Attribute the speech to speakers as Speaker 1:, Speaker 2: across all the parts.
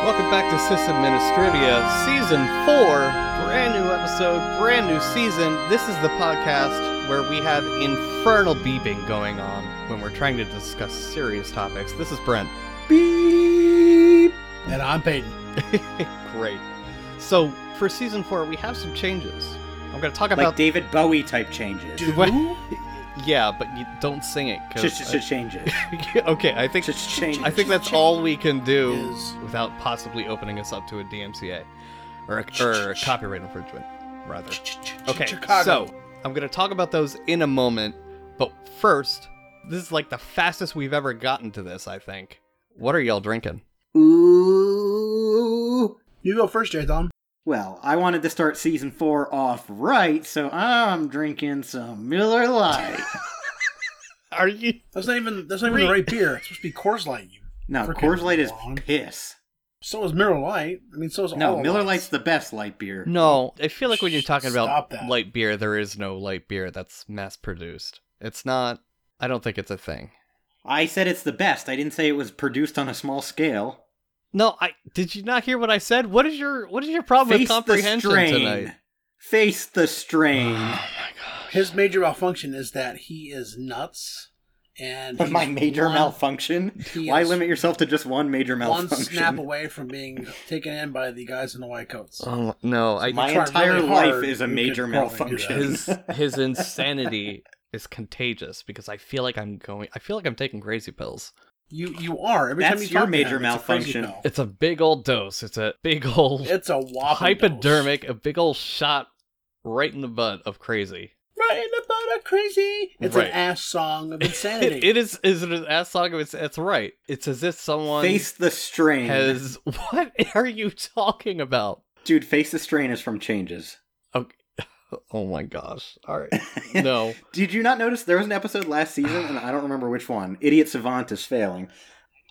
Speaker 1: Welcome back to System Ministrivia, Season 4. Brand new episode, brand new season. This is the podcast where we have infernal beeping going on when we're trying to discuss serious topics. This is Brent. Beep!
Speaker 2: And I'm Peyton.
Speaker 1: Great. So, for Season 4, we have some changes. I'm going to talk
Speaker 3: like
Speaker 1: about.
Speaker 3: David Bowie type changes.
Speaker 1: Dude, what- yeah, but you don't sing it. 'cause
Speaker 3: Just, just, just changes.
Speaker 1: I- okay, I think,
Speaker 3: Just changes.
Speaker 1: I think that's all we can do.
Speaker 2: Is
Speaker 1: without possibly opening us up to a DMCA or a, or a copyright infringement, rather. Okay,
Speaker 2: Chicago.
Speaker 1: so I'm going to talk about those in a moment, but first, this is like the fastest we've ever gotten to this, I think. What are y'all drinking?
Speaker 3: Ooh.
Speaker 2: you go first, J Thom.
Speaker 3: Well, I wanted to start season four off right, so I'm drinking some Miller Lite.
Speaker 1: Are you
Speaker 2: That's not even that's not even the right beer. It's supposed to be Coors Light. You.
Speaker 3: No,
Speaker 2: Frickin'
Speaker 3: Coors Light is
Speaker 2: wrong.
Speaker 3: piss.
Speaker 2: So is Miller Light. I mean, so is
Speaker 3: No,
Speaker 2: all
Speaker 3: Miller Lite's
Speaker 2: Lights.
Speaker 3: the best light beer.
Speaker 1: No, I feel like when you're talking
Speaker 2: Stop
Speaker 1: about
Speaker 2: that.
Speaker 1: light beer, there is no light beer that's mass produced. It's not I don't think it's a thing.
Speaker 3: I said it's the best. I didn't say it was produced on a small scale.
Speaker 1: No, I did you not hear what I said? What is your what is your problem with
Speaker 3: Face the
Speaker 1: comprehension
Speaker 3: strain.
Speaker 1: tonight?
Speaker 3: Face the strain.
Speaker 2: His major malfunction is that he is nuts, and
Speaker 3: But my
Speaker 2: he's
Speaker 3: major
Speaker 2: one-
Speaker 3: malfunction?
Speaker 2: He
Speaker 3: Why
Speaker 2: is
Speaker 3: limit yourself to just one major
Speaker 2: One
Speaker 3: malfunction?
Speaker 2: snap away from being taken in by the guys in the white coats.
Speaker 1: Oh no, I
Speaker 3: My
Speaker 2: try
Speaker 3: entire
Speaker 2: really hard,
Speaker 3: life is a
Speaker 2: you
Speaker 3: major
Speaker 2: could probably do that.
Speaker 3: malfunction.
Speaker 1: his his insanity is contagious because I feel like I'm going. I feel like I'm taking crazy pills.
Speaker 2: You you are every
Speaker 3: That's
Speaker 2: time you
Speaker 3: your
Speaker 2: talk to
Speaker 3: major
Speaker 2: him, it's a crazy
Speaker 3: malfunction.
Speaker 2: pill.
Speaker 1: It's a big old dose. It's a big old
Speaker 2: It's a whopping
Speaker 1: hypodermic, a big old shot right in the butt of crazy.
Speaker 2: dose. Right in the butt of crazy. It's
Speaker 1: Right.
Speaker 2: an ass song of insanity.
Speaker 1: It, it is is it an ass song? It's that's right. It's as if someone
Speaker 3: Face the strain.
Speaker 1: has. What are you talking about?
Speaker 3: Dude, Face the Strain is from Changes.
Speaker 1: Okay. Oh my gosh! All right, no.
Speaker 3: Did you not notice there was an episode last season, and I don't remember which one? Idiot Savant is failing.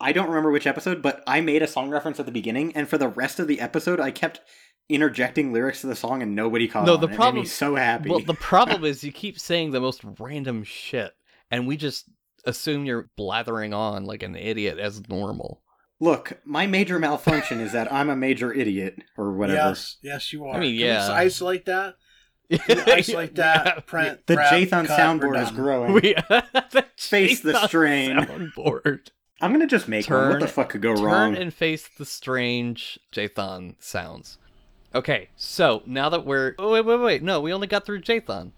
Speaker 3: I don't remember which episode, but I made a song reference at the beginning, and for the rest of the episode, I kept interjecting lyrics to the song, and nobody caught
Speaker 1: No,
Speaker 3: on.
Speaker 1: the
Speaker 3: It made me
Speaker 1: problem-
Speaker 3: so happy.
Speaker 1: Well, the problem is you keep saying the most random shit, and we just assume you're blathering on like an idiot as normal.
Speaker 3: Look, my major malfunction is that I'm a major idiot, or whatever.
Speaker 2: Yes, yes, you are.
Speaker 1: I mean,
Speaker 2: Can we just
Speaker 1: yeah.
Speaker 2: isolate that. isolate that print.
Speaker 3: The
Speaker 2: grab,
Speaker 3: Jathan
Speaker 2: cut, we're
Speaker 3: soundboard is
Speaker 2: done.
Speaker 3: growing.
Speaker 1: We,
Speaker 3: Face the
Speaker 1: Jason
Speaker 3: strain.
Speaker 1: Soundboard.
Speaker 3: I'm gonna just make one.
Speaker 1: Turn-
Speaker 3: What the fuck could go
Speaker 1: Turn
Speaker 3: wrong?
Speaker 1: and face the strange Jathan sounds. Okay, so now that we're oh, wait, wait, wait, no, we only got through Jathan.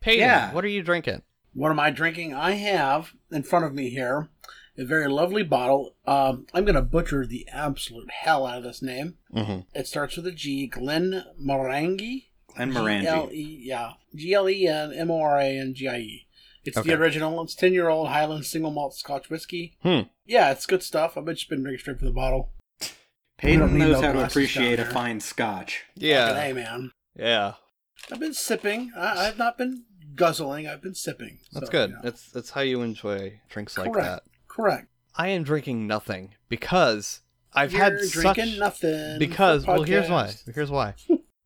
Speaker 1: Peyton,
Speaker 3: Yeah.
Speaker 1: what are you drinking?
Speaker 2: What am I drinking? I have in front of me here a very lovely bottle. Um, I'm going to butcher the absolute hell out of this name.
Speaker 1: Mm-hmm.
Speaker 2: It starts with a G. Glen Morangi.
Speaker 3: Glen Morangi.
Speaker 2: G-L-E, yeah. G L E N M O R A N G I E. It's
Speaker 1: Okay.
Speaker 2: the original. It's 10 year old Highland single malt scotch whiskey.
Speaker 1: Hmm.
Speaker 2: Yeah, it's good stuff. I've just been drinking straight from the bottle. We don't
Speaker 3: Peyton
Speaker 2: need
Speaker 3: knows
Speaker 2: no
Speaker 3: how to
Speaker 2: glasses
Speaker 3: appreciate
Speaker 2: down
Speaker 3: a
Speaker 2: here.
Speaker 3: fine scotch.
Speaker 2: Fucking
Speaker 1: Yeah,
Speaker 2: Hey, man.
Speaker 1: yeah,
Speaker 2: I've been sipping. I, I've not been guzzling. I've been sipping.
Speaker 1: that's
Speaker 2: So,
Speaker 1: good.
Speaker 2: you know.
Speaker 1: That's that's how you enjoy drinks like
Speaker 2: Correct.
Speaker 1: that.
Speaker 2: Correct.
Speaker 1: I am drinking nothing because I've
Speaker 2: You're
Speaker 1: had
Speaker 2: drinking
Speaker 1: such
Speaker 2: nothing for
Speaker 1: because well here's
Speaker 2: podcast.
Speaker 1: why here's why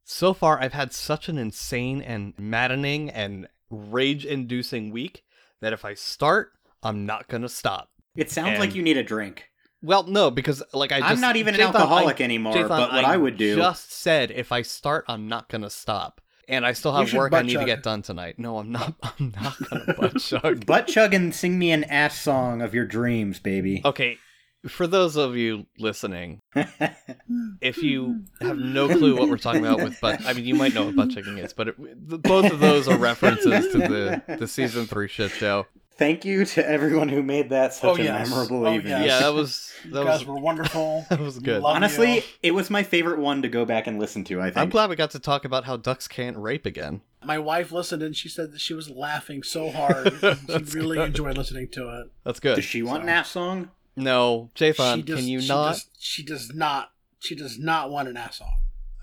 Speaker 1: so far I've had such an insane and maddening and rage-inducing week that if I start I'm not gonna stop.
Speaker 3: It sounds
Speaker 1: And-
Speaker 3: like you need a drink.
Speaker 1: Well, no, because like I just
Speaker 3: I'm not even an
Speaker 1: Jathan,
Speaker 3: alcoholic
Speaker 1: I-
Speaker 3: anymore,
Speaker 1: Jathan,
Speaker 3: but what I would do-
Speaker 1: just said if I start I'm not gonna stop. And I still
Speaker 2: You
Speaker 1: have
Speaker 2: should
Speaker 1: work I
Speaker 2: butt
Speaker 1: need to
Speaker 2: chug.
Speaker 1: get done tonight. No, I'm not. I'm not gonna butt chug.
Speaker 3: Butt chug and sing me an ass song of your dreams, baby.
Speaker 1: Okay, for those of you listening, if you have no clue what we're talking about with butt i mean you might know what butt checking is but it, the, both of those are references to the, the season three shit show
Speaker 3: Thank you to everyone who made that such
Speaker 2: Oh,
Speaker 3: a
Speaker 2: yes.
Speaker 3: memorable
Speaker 2: Oh,
Speaker 3: evening.
Speaker 2: yes.
Speaker 1: yeah that was
Speaker 2: You
Speaker 1: that
Speaker 2: guys
Speaker 1: was
Speaker 2: were wonderful.
Speaker 1: that was
Speaker 2: We
Speaker 1: good.
Speaker 2: love
Speaker 3: Honestly,
Speaker 2: you.
Speaker 3: it was my favorite one to go back and listen to, I think.
Speaker 1: i'm glad we got to talk about how ducks can't rape again
Speaker 2: my wife listened and she said that she was laughing so hard.
Speaker 1: That's
Speaker 2: she really
Speaker 1: good.
Speaker 2: enjoyed listening to it.
Speaker 1: that's
Speaker 3: Does
Speaker 1: good
Speaker 3: she want an ass song?
Speaker 1: no
Speaker 2: she
Speaker 1: jathan
Speaker 2: does,
Speaker 1: can you
Speaker 2: she
Speaker 1: not
Speaker 2: Does, she does not. She does not want an ass off.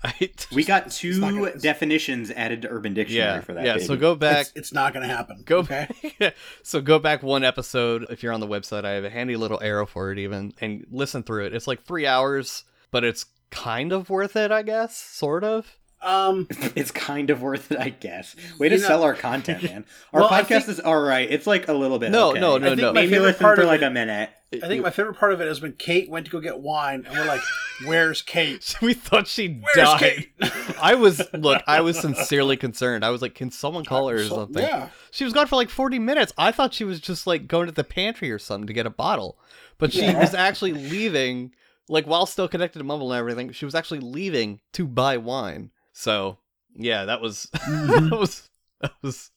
Speaker 1: I,
Speaker 3: We got
Speaker 2: it's not
Speaker 3: two
Speaker 2: gonna-
Speaker 3: definitions added to Urban Dictionary
Speaker 1: yeah
Speaker 3: for that.
Speaker 1: yeah
Speaker 3: baby.
Speaker 1: so go back
Speaker 2: It's, it's not going to happen.
Speaker 1: Go
Speaker 2: okay.
Speaker 1: back. so go back one episode if you're on the website. I have a handy little arrow for it even and listen through it. It's like 3 hours, but it's kind of worth it, I guess, sort of.
Speaker 2: Um,
Speaker 3: it's kind of worth it, I guess. Way to
Speaker 2: You know-
Speaker 3: sell our content, man. Our
Speaker 2: Well, I
Speaker 3: podcast is all right. It's like a little bit.
Speaker 1: No,
Speaker 3: okay.
Speaker 1: no,
Speaker 2: I
Speaker 1: no,
Speaker 2: think
Speaker 1: no.
Speaker 2: my
Speaker 3: Maybe
Speaker 2: favorite
Speaker 3: listen
Speaker 2: part
Speaker 3: for
Speaker 2: of
Speaker 3: like
Speaker 2: it-
Speaker 3: a minute.
Speaker 2: I think my favorite part of it is when Kate went to go get wine, and we're like, "Where's Kate?
Speaker 1: we thought she
Speaker 2: Where's
Speaker 1: died.
Speaker 2: Kate?"
Speaker 1: I was look. I was sincerely concerned. I was like, "Can someone call her or
Speaker 2: So-
Speaker 1: something?"
Speaker 2: Yeah.
Speaker 1: She was gone for like forty minutes. I thought she was just like going to the pantry or something to get a bottle, but she
Speaker 2: Yeah.
Speaker 1: was actually leaving. Like while still connected to Mumble and everything, she was actually leaving to buy wine. So yeah, that was
Speaker 2: Mm-hmm.
Speaker 1: that was that was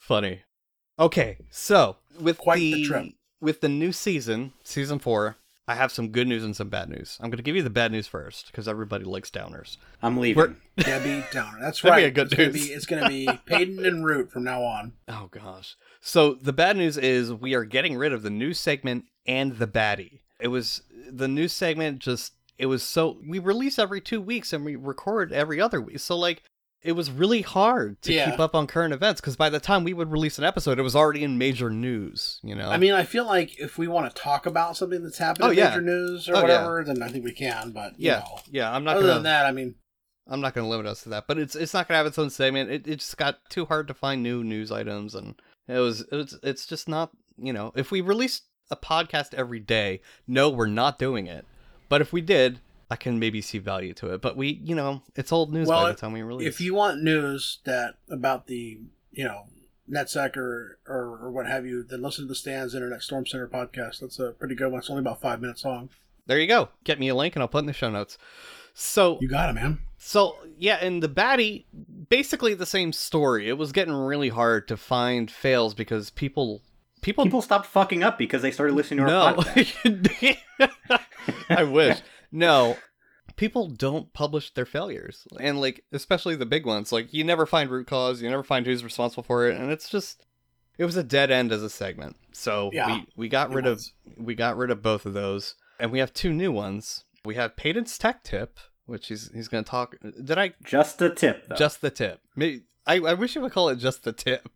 Speaker 1: funny. Okay, so with
Speaker 2: Quite the trip.
Speaker 1: with the new season, season four, I have some good news and some bad news. I'm going to give you the bad news first because everybody likes downers.
Speaker 3: I'm leaving.
Speaker 1: We're-
Speaker 2: Debbie Downer. That's
Speaker 1: That'd
Speaker 2: right.
Speaker 1: be a good
Speaker 2: it's gonna
Speaker 1: news.
Speaker 2: be, it's gonna be Payton and Root from now on.
Speaker 1: Oh gosh. So the bad news is we are getting rid of the news segment and the baddie. It was the news segment just it was so we release every 2 weeks and we record every other week. So like it was really hard to
Speaker 2: Yeah.
Speaker 1: keep up on current events cuz by the time we would release an episode it was already in major news, you know.
Speaker 2: I mean, I feel like if we want to talk about something that's happened
Speaker 1: Oh,
Speaker 2: in
Speaker 1: yeah.
Speaker 2: major news or
Speaker 1: Oh, yeah.
Speaker 2: whatever, then I think we can. But you
Speaker 1: yeah.
Speaker 2: know.
Speaker 1: Yeah, I'm not
Speaker 2: other
Speaker 1: going
Speaker 2: than that, I mean,
Speaker 1: I'm not going to limit us to that, but it's it's not going to have its own segment. It it just got too hard to find new news items, and it was it's it's just not you know if we released a podcast every day, no, we're not doing it. But if we did, I can maybe see value to it. But we you know it's old news
Speaker 2: Well,
Speaker 1: by the time we release.
Speaker 2: if you want news that about the you know NetSec or, or or what have you, then listen to the Stands Internet Storm Center podcast. That's a pretty good one. It's only about five minutes long.
Speaker 1: there you go, get me a link and I'll put it in the show notes. So
Speaker 2: You got it, man.
Speaker 1: So yeah, and the baddie, basically the same story. It was getting really hard to find fails because people people
Speaker 3: People stopped fucking up because they started listening to our
Speaker 1: no.
Speaker 3: podcast.
Speaker 1: I wish. No. People don't publish their failures. And like especially the big ones. Like you never find root cause, you never find who's responsible for it, and it's just it was a dead end as a segment. So
Speaker 2: Yeah,
Speaker 1: we, we got
Speaker 2: it
Speaker 1: rid
Speaker 2: was.
Speaker 1: of we got rid of both of those. And we have two new ones. We have Payton's Tech Tip, which he's he's gonna talk did I
Speaker 3: Just a tip. Though.
Speaker 1: just the tip. May I, I wish you would call it just the tip.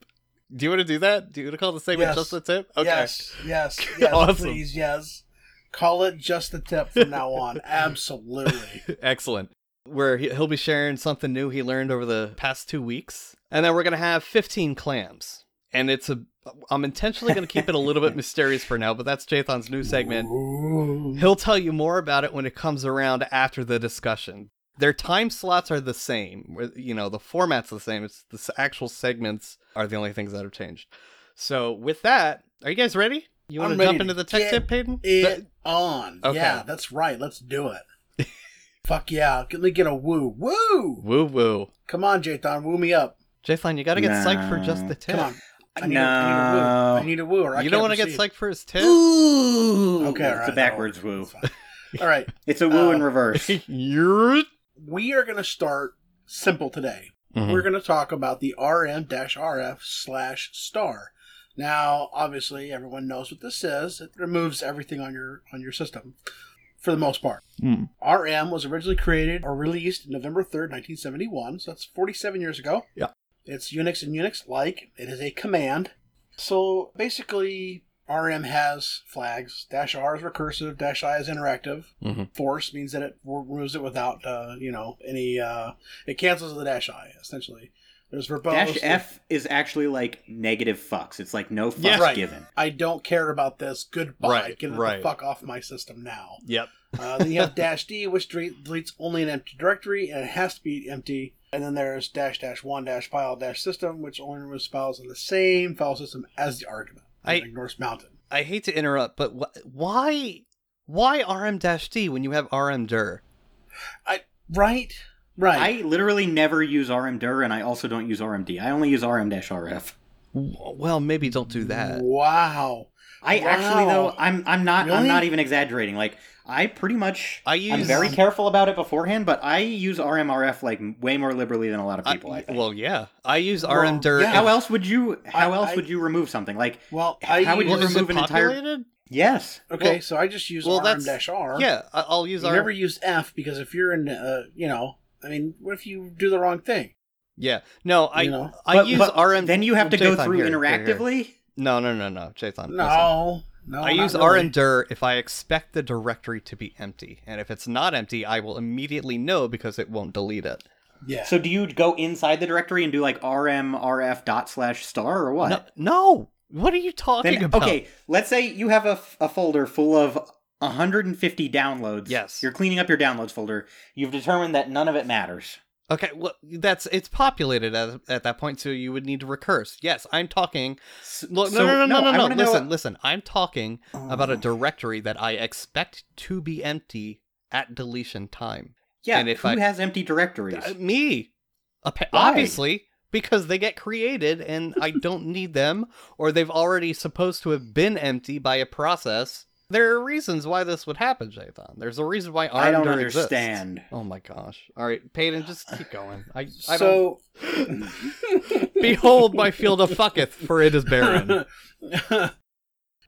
Speaker 1: Do you want to do that? Do you want to call the segment
Speaker 2: Yes.
Speaker 1: just the tip? Okay.
Speaker 2: Yes, yes, yes.
Speaker 1: Awesome.
Speaker 2: Please, yes. Call it just the tip from now on. Absolutely.
Speaker 1: Excellent. Where he- he'll be sharing something new he learned over the past two weeks. And then we're going to have 15 clams. And it's a. I'm intentionally going to keep it a little bit mysterious for now, but that's Jathan's new segment.
Speaker 2: Ooh.
Speaker 1: He'll tell you more about it when it comes around after the discussion. Their time slots are the same. where- You know, the format's the same. It's the s- actual segments are the only things that have changed. So, with that, are you guys ready? You
Speaker 2: I'm
Speaker 1: want to
Speaker 2: ready
Speaker 1: jump
Speaker 2: to
Speaker 1: into the tech
Speaker 2: get
Speaker 1: tip, Peyton?
Speaker 2: It
Speaker 1: Th-
Speaker 2: on.
Speaker 1: Okay.
Speaker 2: Yeah, that's right. Let's do it. Fuck yeah. Let me get a woo. Woo!
Speaker 1: Woo woo.
Speaker 2: Come on, Jathan. Woo me up.
Speaker 1: Jathan, you got to get psyched for just
Speaker 3: No.
Speaker 1: the tip.
Speaker 2: Come on. I need,
Speaker 3: no.
Speaker 2: a, I need a woo. I need a woo. Or I
Speaker 1: you don't
Speaker 2: want
Speaker 1: want to get psyched for his tip?
Speaker 3: Ooh.
Speaker 2: Okay, all
Speaker 3: it's
Speaker 2: right,
Speaker 3: a backwards
Speaker 2: no,
Speaker 3: woo.
Speaker 2: it's fine. All right.
Speaker 3: It's a woo
Speaker 2: Uh,
Speaker 3: in reverse.
Speaker 1: You're-
Speaker 2: We are going to start simple today.
Speaker 1: Mhm.
Speaker 2: we're going to talk about the RM-RF slash star. Now, obviously, everyone knows what this is. It removes everything on your on your system, for the most part.
Speaker 1: Hmm.
Speaker 2: RM was originally created or released November third, nineteen seventy one. So that's forty seven years ago.
Speaker 1: Yeah.
Speaker 2: it's Unix and Unix like. It is a command. So basically, RM has flags. Dash R is recursive. Dash I is interactive.
Speaker 1: Mhm.
Speaker 2: Force means that it removes it without uh, you know any. Uh, it cancels the dash I essentially. There's verbose.
Speaker 3: Dash F is actually like negative fucks. It's like no fucks
Speaker 1: Yeah.
Speaker 2: Right.
Speaker 3: given.
Speaker 2: I don't care about this. Goodbye.
Speaker 1: Right,
Speaker 2: Get
Speaker 1: right.
Speaker 2: the fuck off my system now.
Speaker 1: Yep.
Speaker 2: Uh, then you have dash D, which dre- deletes only an empty directory, and it has to be empty. And then there's dash dash one dash file dash system, which only removes files in the same file system as the argument.
Speaker 1: I-
Speaker 2: It ignores mounted.
Speaker 1: I hate to interrupt, but wh- why why RM-D when you have RM-dir?
Speaker 2: I right right.
Speaker 3: I literally never use RMDir, and I also don't use RMD. I only use RM-RF.
Speaker 1: W- Well, maybe don't do that.
Speaker 2: wow.
Speaker 3: I actually
Speaker 2: Wow.
Speaker 3: though I'm I'm not I'm
Speaker 2: Really?
Speaker 3: not even exaggerating. Like I pretty much
Speaker 1: I
Speaker 3: I'm
Speaker 1: use-
Speaker 3: very careful about it beforehand, but I use RMRF like way more liberally than a lot of
Speaker 1: I-
Speaker 3: people. I, think.
Speaker 1: well, yeah. I use
Speaker 2: Well,
Speaker 1: RM-dir.
Speaker 2: yeah.
Speaker 1: if-
Speaker 3: how else would you how
Speaker 2: I-
Speaker 3: else
Speaker 2: I-
Speaker 3: would you remove something like
Speaker 2: Well,
Speaker 3: How
Speaker 2: I
Speaker 3: would you
Speaker 2: use,
Speaker 1: Well, is
Speaker 3: remove
Speaker 1: it
Speaker 3: an entire-
Speaker 1: populated?
Speaker 3: yes
Speaker 2: okay,
Speaker 1: well-
Speaker 2: so I just use
Speaker 1: well,
Speaker 2: rm
Speaker 1: that's-
Speaker 2: dash R.
Speaker 1: Yeah, I- I'll use
Speaker 2: You
Speaker 1: RM.
Speaker 2: never use F because if you're in, uh, you know, I mean, what if you do the wrong thing?
Speaker 1: Yeah. No, I
Speaker 2: You know.
Speaker 1: I
Speaker 3: But-
Speaker 1: use
Speaker 3: but
Speaker 1: RM
Speaker 3: then you have to go
Speaker 1: Jathan,
Speaker 3: through
Speaker 1: here, here, here.
Speaker 3: interactively.
Speaker 1: No, no, no, no. Jathan. listen.
Speaker 2: No, no.
Speaker 1: I
Speaker 2: not
Speaker 1: use
Speaker 2: really.
Speaker 1: rmdir E if I expect the directory to be empty, and if it's not empty, I will immediately know because it won't delete it.
Speaker 2: Yeah.
Speaker 3: So do you go inside the directory and do like rmrf dot slash star or what?
Speaker 1: No, no. What are you talking
Speaker 3: Then-
Speaker 1: about?
Speaker 3: okay, let's say you have a, f- a folder full of 150 downloads.
Speaker 1: Yes.
Speaker 3: You're cleaning up your downloads folder. You've determined that none of it matters.
Speaker 1: Okay, well, that's it's populated at, at that point, so you would need to recurse. Yes, I'm talking.
Speaker 3: S-
Speaker 1: Look,
Speaker 3: so-
Speaker 1: no, no, no, no, no,
Speaker 3: I
Speaker 1: no.
Speaker 3: wanna know-
Speaker 1: Listen, listen. I'm talking about a
Speaker 3: Oh.
Speaker 1: directory that I expect to be empty at deletion time.
Speaker 3: Yeah,
Speaker 1: and if
Speaker 3: who
Speaker 1: I-
Speaker 3: has empty directories?
Speaker 1: Uh, me, Appa-
Speaker 3: Why?
Speaker 1: obviously, because they get created and I don't need them, or they've already supposed to have been empty by a process. There are reasons why this would happen, Jathan. There's a reason why
Speaker 3: I don't
Speaker 1: Armdur exists.
Speaker 3: understand.
Speaker 1: Oh my gosh! All right, Peyton, just keep going. I, I don't.
Speaker 2: so
Speaker 1: Behold my field of fucketh, for it is barren.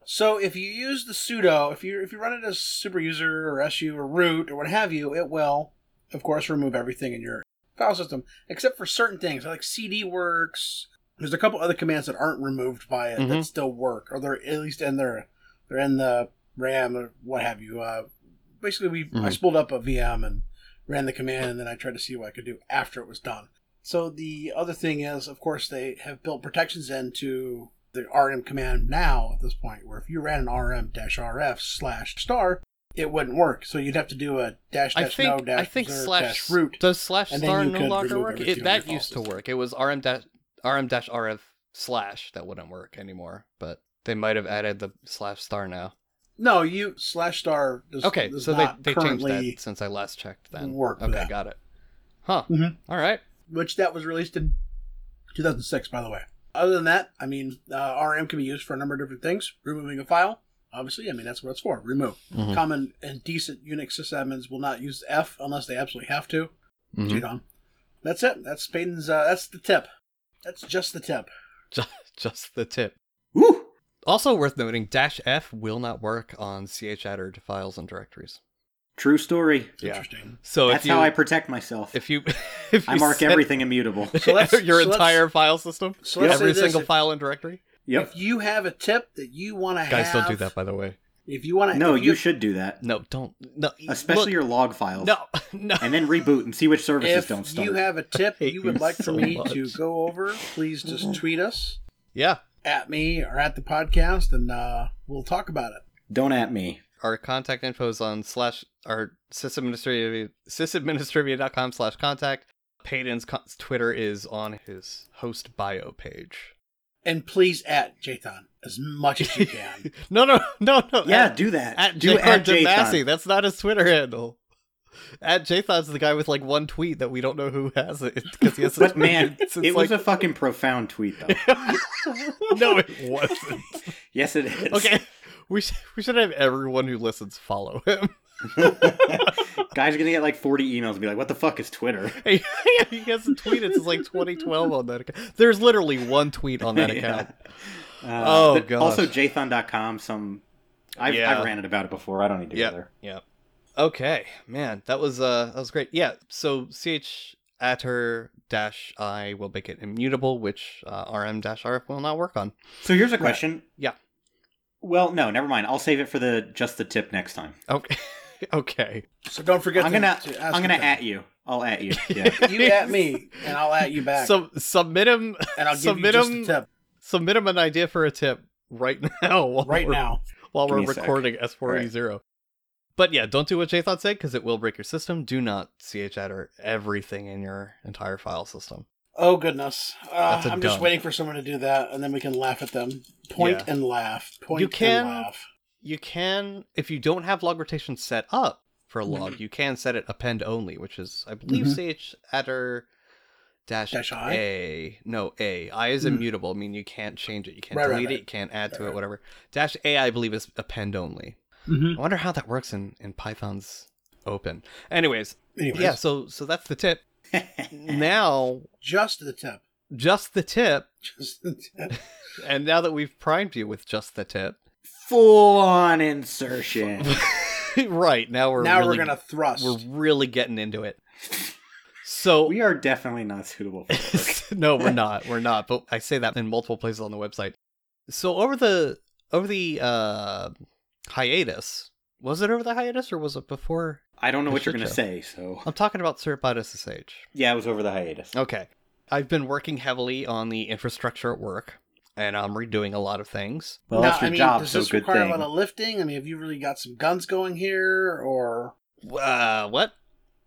Speaker 2: so if you use the sudo, if you if you run it as super user or su or root or what have you, it will, of course, remove everything in your file system except for certain things like cd works. There's a couple other commands that aren't removed by it that
Speaker 1: Mhm.
Speaker 2: still work, or they're at least in their they're in the RAM or what have you. Uh, basically, we I
Speaker 1: Mhm.
Speaker 2: spooled up a VM and ran the command, and then I tried to see what I could do after it was done. So the other thing is, of course, they have built protections into the RM command now at this point, where if you ran an RM RF slash star, it wouldn't work. So you'd have to do a dash
Speaker 1: I
Speaker 2: dash no
Speaker 1: think
Speaker 2: dash
Speaker 1: I think
Speaker 2: reserve
Speaker 1: slash
Speaker 2: dash root.
Speaker 1: does slash
Speaker 2: and then
Speaker 1: star
Speaker 2: you
Speaker 1: no
Speaker 2: could
Speaker 1: longer
Speaker 2: remove
Speaker 1: work.
Speaker 2: everything
Speaker 1: It, that
Speaker 2: from your
Speaker 1: used to
Speaker 2: file
Speaker 1: work. It was rm dash rm dash rf slash that wouldn't work anymore. But they might have added the slash star now.
Speaker 2: No, you slash star. Does,
Speaker 1: Okay,
Speaker 2: does
Speaker 1: so they
Speaker 2: not
Speaker 1: they changed
Speaker 2: currently,
Speaker 1: that since I last checked. Then
Speaker 2: work for
Speaker 1: Okay,
Speaker 2: that.
Speaker 1: got it. Huh.
Speaker 2: Mhm.
Speaker 1: All right.
Speaker 2: which that was released in 2006, by the way. Other than that, I mean, uh, RM can be used for a number of different things. Removing a file, obviously, I mean, that's what it's for. Remove.
Speaker 1: Mhm.
Speaker 2: Common and decent Unix sysadmins will not use F unless they absolutely have to.
Speaker 1: Mhm.
Speaker 2: Cheat on. That's it. That's Spaden's, uh, that's the tip. That's just the tip.
Speaker 1: Just, just the tip.
Speaker 3: Woo!
Speaker 1: Also worth noting, dash f will not work on cheddared files and directories.
Speaker 3: True story.
Speaker 2: Interesting.
Speaker 1: So
Speaker 3: That's
Speaker 1: if you
Speaker 3: how I protect myself.
Speaker 1: if you if you
Speaker 3: I mark
Speaker 1: set-
Speaker 3: everything immutable.
Speaker 2: So let's-
Speaker 1: your
Speaker 2: so let's-
Speaker 1: entire file system,
Speaker 2: so let's
Speaker 1: every
Speaker 2: say this,
Speaker 1: single
Speaker 2: if-
Speaker 1: file and directory.
Speaker 3: Yep.
Speaker 2: If you have a tip that you want to have.
Speaker 1: Guys, don't do that, by the way.
Speaker 2: If you want to.
Speaker 3: No,
Speaker 2: if
Speaker 3: you should do that.
Speaker 1: No, don't. No,
Speaker 3: Especially your log files.
Speaker 1: no, no.
Speaker 3: And then reboot and see which services
Speaker 2: If
Speaker 3: don't start.
Speaker 2: you have a tip
Speaker 1: hate
Speaker 2: you would
Speaker 1: you
Speaker 2: like for
Speaker 1: so
Speaker 2: me
Speaker 1: much.
Speaker 2: to go over, please just tweet us.
Speaker 1: Yeah,
Speaker 2: at me or at the podcast and uh, we'll talk about it.
Speaker 3: Don't at me.
Speaker 1: our contact info is on slash our sysadministrivia sysadministrivia.com slash contact. Peyton's con- Twitter is on his host bio page.
Speaker 2: And please at Jathan as much as you can.
Speaker 1: No, no, no, no.
Speaker 3: Yeah,
Speaker 1: at,
Speaker 3: do that.
Speaker 1: at
Speaker 3: do
Speaker 1: J.R.
Speaker 3: Jathan.
Speaker 1: Demasi. That's not his Twitter handle. At Jathan's the guy with like one tweet that we don't know who has it because he has.
Speaker 3: But man,
Speaker 1: it's,
Speaker 3: it was a fucking profound tweet though.
Speaker 1: no, it wasn't.
Speaker 3: yes, it is.
Speaker 1: Okay, we should, we should have everyone who listens follow him.
Speaker 3: Guys are gonna get like 40 emails and be like, "What the fuck is Twitter?"
Speaker 1: he hasn't tweeted since like 2012 on that account. There's literally one tweet on that
Speaker 3: Yeah.
Speaker 1: account.
Speaker 3: Uh,
Speaker 1: Oh,
Speaker 3: but
Speaker 1: gosh.
Speaker 3: Also, jthon.com. Some I've,
Speaker 1: Yeah.
Speaker 3: I've ranted about it before. I don't need to
Speaker 1: Yeah.
Speaker 3: go there.
Speaker 1: Yeah. Okay, man, that was uh that was great. Yeah, so ch atter dash i will make it immutable, which uh, rm dash rf will not work on.
Speaker 3: So here's a question.
Speaker 1: Yeah.
Speaker 3: Well, no, never mind. I'll save it for the just the tip next time.
Speaker 1: Okay, okay.
Speaker 2: So don't forget
Speaker 3: I'm
Speaker 2: to-
Speaker 3: gonna
Speaker 2: to ask
Speaker 3: I'm gonna
Speaker 2: him.
Speaker 3: at you. I'll at you. Yeah.
Speaker 2: you at me and I'll at you back.
Speaker 1: So submit him,
Speaker 2: and I'll give you
Speaker 1: submit
Speaker 2: just
Speaker 1: him-
Speaker 2: a tip
Speaker 1: submit him an idea for a tip right now. While
Speaker 2: right
Speaker 1: we're,
Speaker 2: now.
Speaker 1: while
Speaker 3: Give
Speaker 1: we're
Speaker 3: me a sec.
Speaker 1: recording S4E0. But yeah, don't do what JSON said because it will break your system. Do not ch adder everything in your entire file system.
Speaker 2: Oh goodness. Uh,
Speaker 1: That's a
Speaker 2: I'm just
Speaker 1: done.
Speaker 2: waiting for someone to do that and then we can laugh at them. Point
Speaker 1: Yeah.
Speaker 2: and laugh. Point
Speaker 1: You can-
Speaker 2: and laugh.
Speaker 1: You can, if you don't have log rotation set up for
Speaker 2: Mm-hmm.
Speaker 1: log, you can set it append only, which is, I believe, ch adder dash
Speaker 2: Dash I?
Speaker 1: a. No, a. I is
Speaker 2: Mm.
Speaker 1: immutable, I mean you can't change it, you can't
Speaker 2: Right, right,
Speaker 1: delete
Speaker 2: right.
Speaker 1: it, you can't add to
Speaker 2: Right,
Speaker 1: it,
Speaker 2: right.
Speaker 1: whatever. Dash a, I believe, is append only.
Speaker 3: Mm-hmm.
Speaker 1: I wonder how that works in, in Python's open. Anyways,
Speaker 2: Anyways,
Speaker 1: yeah, so so that's the tip. now
Speaker 2: just the tip.
Speaker 1: just the tip
Speaker 2: Just the tip.
Speaker 1: and now that we've primed you with just the tip
Speaker 3: Full on insertion.
Speaker 1: right now we're
Speaker 2: now
Speaker 1: really,
Speaker 2: we're gonna thrust.
Speaker 1: we're really getting into it so
Speaker 3: we are definitely not suitable. For this.
Speaker 1: no we're not we're not but i say that in multiple places on the website so over the over the uh hiatus was it over the hiatus or was it before
Speaker 3: I don't know
Speaker 1: The
Speaker 3: what you're
Speaker 1: shit
Speaker 3: going
Speaker 1: show.
Speaker 3: to say, so.
Speaker 1: I'm talking about Serpide SSH.
Speaker 3: Yeah, it was over the hiatus.
Speaker 1: Okay. I've been working heavily on the infrastructure at work, and I'm redoing a lot of things.
Speaker 3: Well,
Speaker 2: Now,
Speaker 3: that's your
Speaker 2: I mean,
Speaker 3: job,
Speaker 2: does
Speaker 3: so
Speaker 2: this
Speaker 3: good
Speaker 2: require
Speaker 3: thing.
Speaker 2: a lot of lifting? I mean, have you really got some guns going here, or
Speaker 1: Uh, what? Are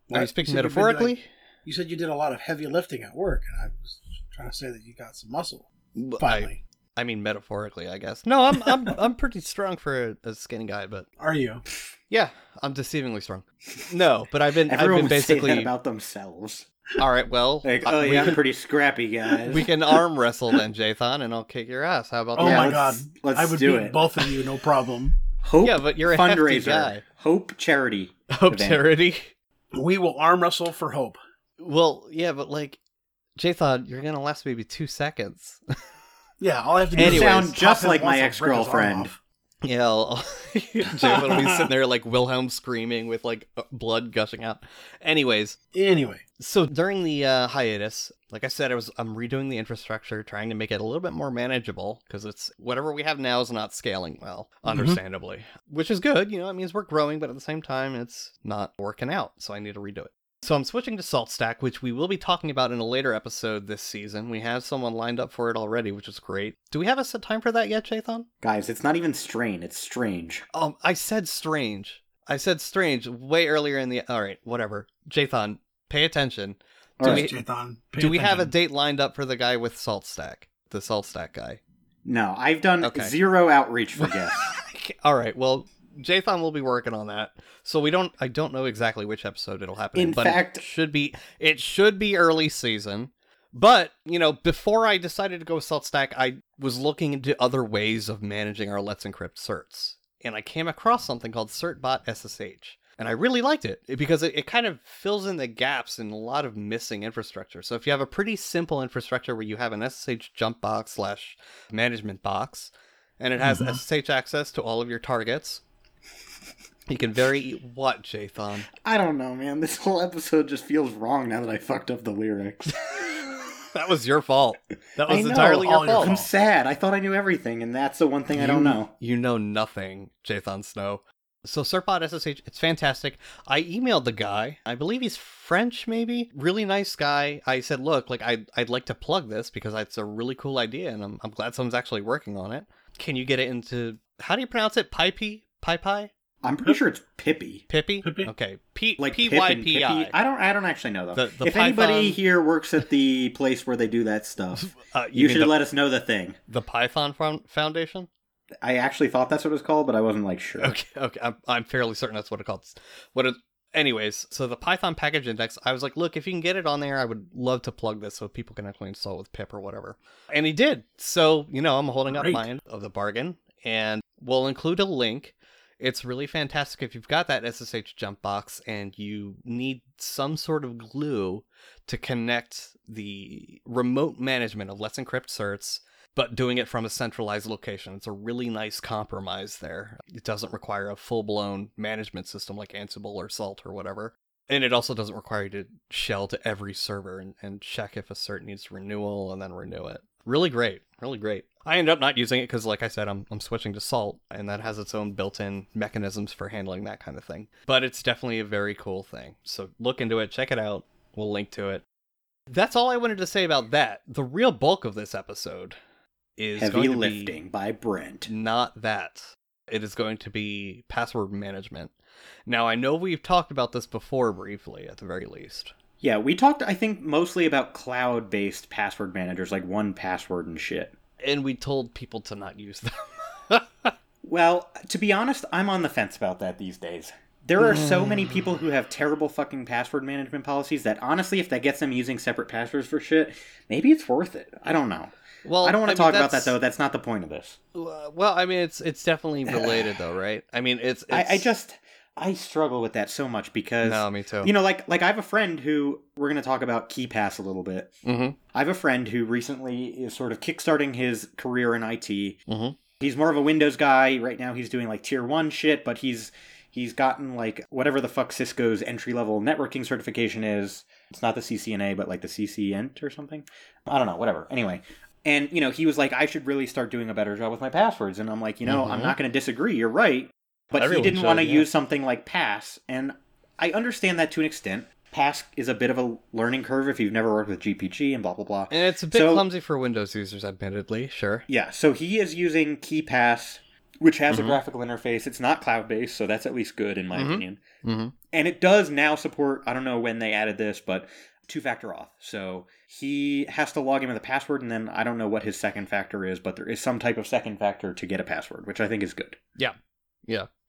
Speaker 1: you
Speaker 2: What?
Speaker 1: speaking
Speaker 2: So you've been
Speaker 1: metaphorically?
Speaker 2: you said you did a lot of heavy lifting at work? And I was trying to say that you got some muscle
Speaker 1: Well, I,
Speaker 2: finally.
Speaker 1: I mean metaphorically, I guess. No, I'm I'm I'm pretty strong for a, a skinny guy, but
Speaker 2: Are you?
Speaker 1: yeah, I'm deceivingly strong. No, but I've been
Speaker 3: Everyone
Speaker 1: I've been
Speaker 3: would say
Speaker 1: basically
Speaker 3: that about themselves.
Speaker 1: all right. Well,
Speaker 3: Like,
Speaker 1: I-
Speaker 3: oh
Speaker 1: we
Speaker 3: yeah, I'm
Speaker 1: can-
Speaker 3: pretty scrappy, guys.
Speaker 1: we can arm wrestle then, Jathan, and I'll kick your ass. How about
Speaker 2: Oh
Speaker 1: that?
Speaker 2: my
Speaker 3: let's-
Speaker 2: god!
Speaker 3: let's
Speaker 2: I would
Speaker 3: do
Speaker 2: beat
Speaker 3: it.
Speaker 2: both of you, no problem.
Speaker 3: Hope
Speaker 1: Yeah, but you're a hefty
Speaker 3: fundraiser.
Speaker 1: guy.
Speaker 3: Hope charity.
Speaker 1: Hope
Speaker 3: event.
Speaker 1: charity.
Speaker 2: We will arm wrestle for hope.
Speaker 1: Well, yeah, but like, Jathan, you're gonna last maybe two seconds.
Speaker 2: Yeah, all I have to do
Speaker 3: You
Speaker 2: is
Speaker 3: sound
Speaker 2: pop
Speaker 3: just
Speaker 2: him
Speaker 3: like my
Speaker 2: once and break his arm
Speaker 3: ex-girlfriend.
Speaker 2: off.
Speaker 1: Yeah, I'll, Jathan will be sitting there like Wilhelm screaming with like blood gushing out. Anyways,
Speaker 2: Anyway,
Speaker 1: So during the uh, hiatus, like I said, I was I'm redoing the infrastructure, trying to make it a little bit more manageable because it's whatever we have now is not scaling well, understandably, which is good. You know, it means we're growing, but at the same time, it's not working out. So I need to redo it. So I'm switching to Salt Stack, which we will be talking about in a later episode this season. We have someone lined up for it already, which is great. Do we have a set time for that yet, Jathan?
Speaker 3: Guys, it's not even strain, it's strange.
Speaker 1: Um, I said strange. I said strange way earlier in the. All right, whatever. Jathan, pay attention. Do
Speaker 3: All
Speaker 1: we-
Speaker 3: right.
Speaker 2: Jathan, pay
Speaker 1: Do we have a
Speaker 2: attention.
Speaker 1: date lined up for the guy with salt stack? The salt stack guy.
Speaker 3: No, I've done
Speaker 1: Okay.
Speaker 3: zero outreach for guests.
Speaker 1: All right. Well, Jathan will be working on that. So we don't. I don't know exactly which episode it'll happen.
Speaker 3: In
Speaker 1: but
Speaker 3: fact-
Speaker 1: it should be. It should be early season. But you know, before I decided to go with salt stack, I was looking into other ways of managing our Let's Encrypt certs, and I came across something called Certbot SSH. And I really liked it because it, it kind of fills in the gaps in a lot of missing infrastructure. So if you have a pretty simple infrastructure where you have an SSH jump box slash management box, and it
Speaker 3: Mm-hmm.
Speaker 1: has SSH access to all of your targets, you can very e, what Jathan?
Speaker 3: I don't know, man. This whole episode just feels wrong now that I fucked up the lyrics.
Speaker 1: That was your fault. That
Speaker 3: I
Speaker 1: was
Speaker 3: know,
Speaker 1: entirely your
Speaker 2: all your
Speaker 1: fault.
Speaker 3: I'm sad. I thought I knew everything, and that's the one thing I don't
Speaker 1: You-
Speaker 3: know.
Speaker 1: You know nothing, Jathan Snow. So Serpod SSH, it's fantastic. I emailed the guy. I believe he's French, maybe. Really nice guy. I said, look, like I I'd like to plug this because it's a really cool idea, and I'm I'm glad someone's actually working on it. Can you get it into how do you pronounce it? Pipey? Pipey?
Speaker 3: I'm pretty sure it's Pippi.
Speaker 1: Pippy?
Speaker 2: Pippi.
Speaker 1: Okay. P
Speaker 3: Like
Speaker 1: P
Speaker 3: Pip
Speaker 1: Y
Speaker 3: and
Speaker 1: P
Speaker 3: Pippi.
Speaker 1: I.
Speaker 3: I don't. I don't actually know though.
Speaker 1: The- the
Speaker 3: if anybody
Speaker 1: Python-
Speaker 3: here works at the place where they do that stuff,
Speaker 1: Uh,
Speaker 3: you,
Speaker 1: mean
Speaker 3: should
Speaker 1: the,
Speaker 3: let us know the thing.
Speaker 1: the Python Fo- Foundation.
Speaker 3: I actually thought that's what it was called, but I wasn't like sure.
Speaker 1: Okay, okay. I'm, I'm fairly certain that's what it called. What it, anyways, so the Python package index, I was like, look, if you can get it on there, I would love to plug this so people can actually install it with pip or whatever. And he did. So, you know, I'm holding up
Speaker 2: Great.
Speaker 1: my end of the bargain and we'll include a link. It's really fantastic if you've got that SSH jump box and you need some sort of glue to connect the remote management of Let's Encrypt certs but doing it from a centralized location. It's a really nice compromise there. It doesn't require a full blown management system like Ansible or Salt or whatever. And it also doesn't require you to shell to every server and, and check if a cert needs renewal and then renew it. Really great. Really great. I ended up not using it because, like I said, I'm, I'm switching to Salt, and that has its own built in mechanisms for handling that kind of thing. But it's definitely a very cool thing. So look into it, check it out. We'll link to it. That's all I wanted to say about that. The real bulk of this episode is
Speaker 3: Heavy
Speaker 1: going to be
Speaker 3: lifting by Brent.
Speaker 1: not that. It is going to be password management. Now, I know we've talked about this before briefly, at the very least.
Speaker 3: Yeah, we talked. I think mostly about cloud-based password managers, like one password and shit.
Speaker 1: And we told people to not use them.
Speaker 3: Well, to be honest, I'm on the fence about that these days. There are so many people who have terrible fucking password management policies that honestly, if that gets them using separate passwords for shit, maybe it's worth it. I don't know.
Speaker 1: well,
Speaker 3: I don't want
Speaker 1: mean,
Speaker 3: to talk about
Speaker 1: that's-
Speaker 3: that though. That's not the point of this.
Speaker 1: Uh, Well, I mean, it's it's definitely related, though, right? I mean, it's.
Speaker 3: I,
Speaker 1: it's
Speaker 3: I just I struggle with that so much because
Speaker 1: no, me too.
Speaker 3: you know, like like I have a friend who we're gonna talk about KeyPass a little bit.
Speaker 1: Mm-hmm.
Speaker 3: I have a friend who recently is sort of kickstarting his career in IT.
Speaker 1: Mhm.
Speaker 3: He's more of a Windows guy right now. He's doing like tier one shit, but he's he's gotten like whatever the fuck Cisco's entry level networking certification is. It's not the CCNA, but like the CCNT or something. I don't know, whatever. Anyway, and you know, he was like, I should really start doing a better job with my passwords, and I'm like, you know, I'm
Speaker 1: Mhm.
Speaker 3: not going to disagree. You're right, but
Speaker 1: Everyone
Speaker 3: he didn't
Speaker 1: should,
Speaker 3: want to
Speaker 1: yeah.
Speaker 3: use something like Pass, and I understand that to an extent. Pass is a bit of a learning curve if you've never worked with GPG and blah blah blah.
Speaker 1: And it's a bit
Speaker 3: So-
Speaker 1: clumsy for Windows users, admittedly, sure.
Speaker 3: Yeah, so he is using KeyPass, which has
Speaker 1: Mhm.
Speaker 3: a graphical interface. It's not cloud based, so that's at least good in my
Speaker 1: Mhm.
Speaker 3: opinion.
Speaker 1: Mhm.
Speaker 3: And it does now support, I don't know when they added this, but two factor auth. So he has to log in with a password, and then I don't know what his second factor is, but there is some type of second factor to get a password, which I think is good.
Speaker 1: Yeah,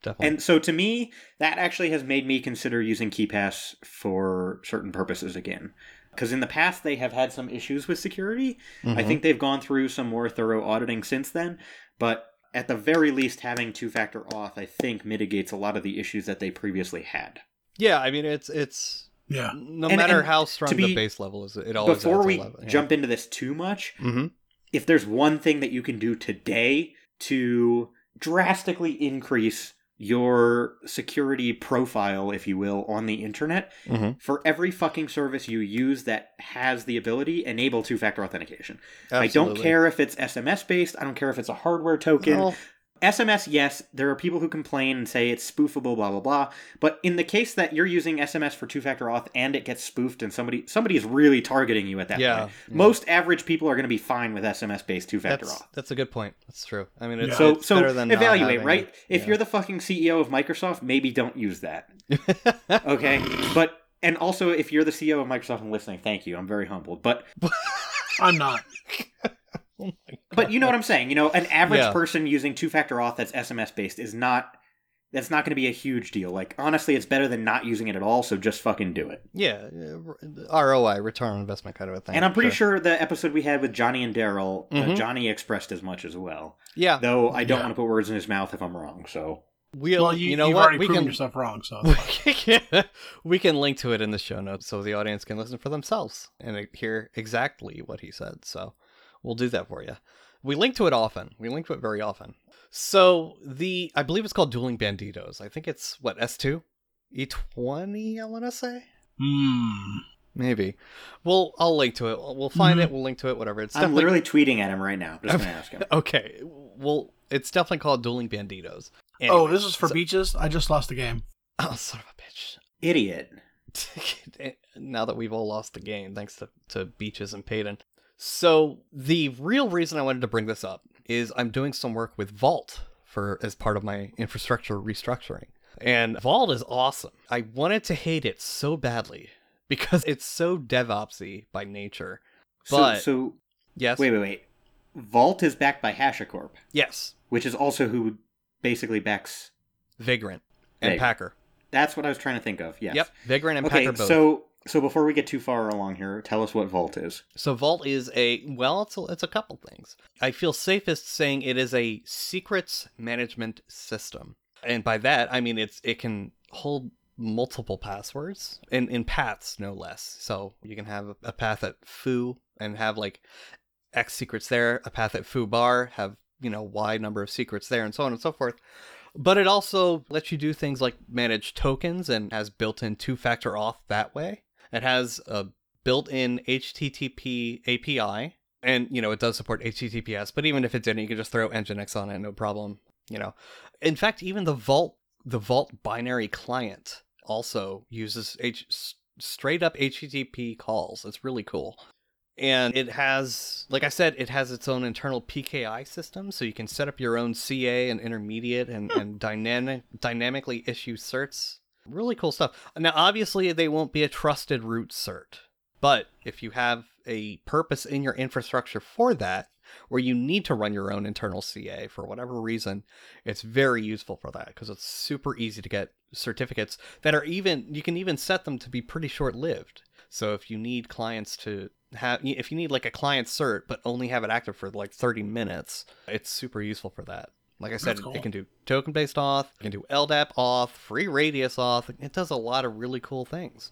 Speaker 1: definitely.
Speaker 3: And so to me, that actually has made me consider using KeyPass for certain purposes again. Because in the past, they have had some issues with security, I
Speaker 1: Mhm.
Speaker 3: think they've gone through some more thorough auditing since then, but at the very least, having two factor auth, I think, mitigates a lot of the issues that they previously had.
Speaker 1: Yeah, I mean it's it's
Speaker 2: Yeah.
Speaker 1: no
Speaker 3: And-
Speaker 1: matter
Speaker 3: and
Speaker 1: how strong
Speaker 3: to
Speaker 1: the
Speaker 3: be-
Speaker 1: base level is, it always
Speaker 3: Before
Speaker 1: adds a
Speaker 3: we
Speaker 1: level, Oh, yeah.
Speaker 3: jump into this too much,
Speaker 1: Mhm.
Speaker 3: if there's one thing that you can do today to drastically increase your security profile, if you will, on the internet,
Speaker 1: Mhm.
Speaker 3: for every fucking service you use that has the ability, enable two factor authentication. I
Speaker 1: Absolutely.
Speaker 3: don't care if it's SMS based, I don't care if it's a hardware token.
Speaker 1: Well,
Speaker 3: SMS, yes, there are people who complain and say it's spoofable, blah blah blah. But in the case that you're using SMS for two-factor auth and it gets spoofed, and somebody somebody is really targeting you at that
Speaker 1: Yeah,
Speaker 3: point,
Speaker 1: yeah. Mm.
Speaker 3: most average people are going to be fine with SMS-based two-factor
Speaker 1: that's
Speaker 3: auth.
Speaker 1: that's a good point. That's true. I mean, it's,
Speaker 3: So
Speaker 1: it's
Speaker 3: so
Speaker 1: better than not
Speaker 3: evaluate,
Speaker 1: having-
Speaker 3: right? If
Speaker 1: yeah.
Speaker 3: you're the fucking CEO of Microsoft, maybe don't use that. Okay, but and also if you're the CEO of Microsoft and listening, thank you. I'm very humbled, but
Speaker 2: I'm not.
Speaker 3: but you know what I'm saying. You know, an average
Speaker 1: Yeah.
Speaker 3: person using two factor auth that's SMS based is not. That's not going to be a huge deal. Like honestly, it's better than not using it at all. So just fucking do it.
Speaker 1: yeah, uh, yeah, ROI, return on investment, kind of a thing.
Speaker 3: and I'm pretty sure. the episode we had with Johnny and Daryl, uh,
Speaker 1: Mhm.
Speaker 3: Johnny expressed as much as well.
Speaker 1: Uh, Yeah,
Speaker 3: Though I don't
Speaker 2: Yeah.
Speaker 3: want to put words in his mouth if I'm wrong. So
Speaker 1: we'll,
Speaker 2: Well, you,
Speaker 1: know
Speaker 2: have
Speaker 1: what?
Speaker 2: already
Speaker 1: we
Speaker 2: proven
Speaker 1: can
Speaker 2: yourself wrong. So
Speaker 1: we can- we can link to it in the show notes so the audience can listen for themselves and uh, hear exactly what he said. So we'll do that for you. We link to it often. We link to it very often. So the I believe it's called Dueling Banditos. I think it's what S two, E twenty. I want to say
Speaker 2: Hmm.
Speaker 1: maybe. We'll I'll link to it. We'll find
Speaker 2: Mhm.
Speaker 1: it. We'll link to it. Whatever. It's
Speaker 3: I'm
Speaker 1: definitely
Speaker 3: literally tweeting at him right now. Just going to ask him.
Speaker 1: okay. Well, it's definitely called Dueling Banditos.
Speaker 2: Oh,
Speaker 1: Anyway,
Speaker 2: this is for
Speaker 1: so-
Speaker 2: beaches. I just lost the game.
Speaker 1: Oh, son of a bitch.
Speaker 3: Idiot.
Speaker 1: now that we've all lost the game thanks to, to beaches and Payton. So the real reason I wanted to bring this up is I'm doing some work with Vault for as part of my infrastructure restructuring. And Vault is awesome. I wanted to hate it so badly because it's so DevOpsy by nature. But-
Speaker 3: so,
Speaker 1: Yes.
Speaker 3: so wait, wait, wait. Vault is backed by HashiCorp,
Speaker 1: Yes.
Speaker 3: which is also who basically backs.
Speaker 1: Vagrant and
Speaker 3: Vagrant.
Speaker 1: Packer.
Speaker 3: That's what I was trying to think of. Yes.
Speaker 1: Yep. Vagrant and
Speaker 3: okay,
Speaker 1: Packer both.
Speaker 3: so so before we get too far along here, tell us what Vault is.
Speaker 1: So Vault is a well, it's a, it's a couple things. I feel safest saying it is a secrets management system, and by that I mean it's it can hold multiple passwords and in paths no less. So you can have a path at foo and have like X secrets there, a path at foo bar, have you know Y number of secrets there, and so on and so forth. But it also lets you do things like manage tokens and has built-in two-factor auth that way. It has a built-in HTTP API, and you know it does support HTTPS. But even if it didn't, you could just throw Nginx on it, no problem. You know, in fact, even the Vault the Vault binary client also uses H- s- straight up HTTP calls. It's really cool. And it has, like I said, it has its own internal PKI system, so you can set up your own CA and intermediate and, and dynamic, dynamically issue certs. Really cool stuff. Now, obviously, they won't be a trusted root cert, but if you have a purpose in your infrastructure for that, where you need to run your own internal CA for whatever reason, it's very useful for that because it's super easy to get certificates that are even you can even set them to be pretty short lived so if you need clients to have if you need like a client cert but only have it active for like 30 minutes it's super useful for that like i said
Speaker 2: That's cool.
Speaker 1: it can do token based auth it can do ldap auth free radius auth it does a lot of really cool things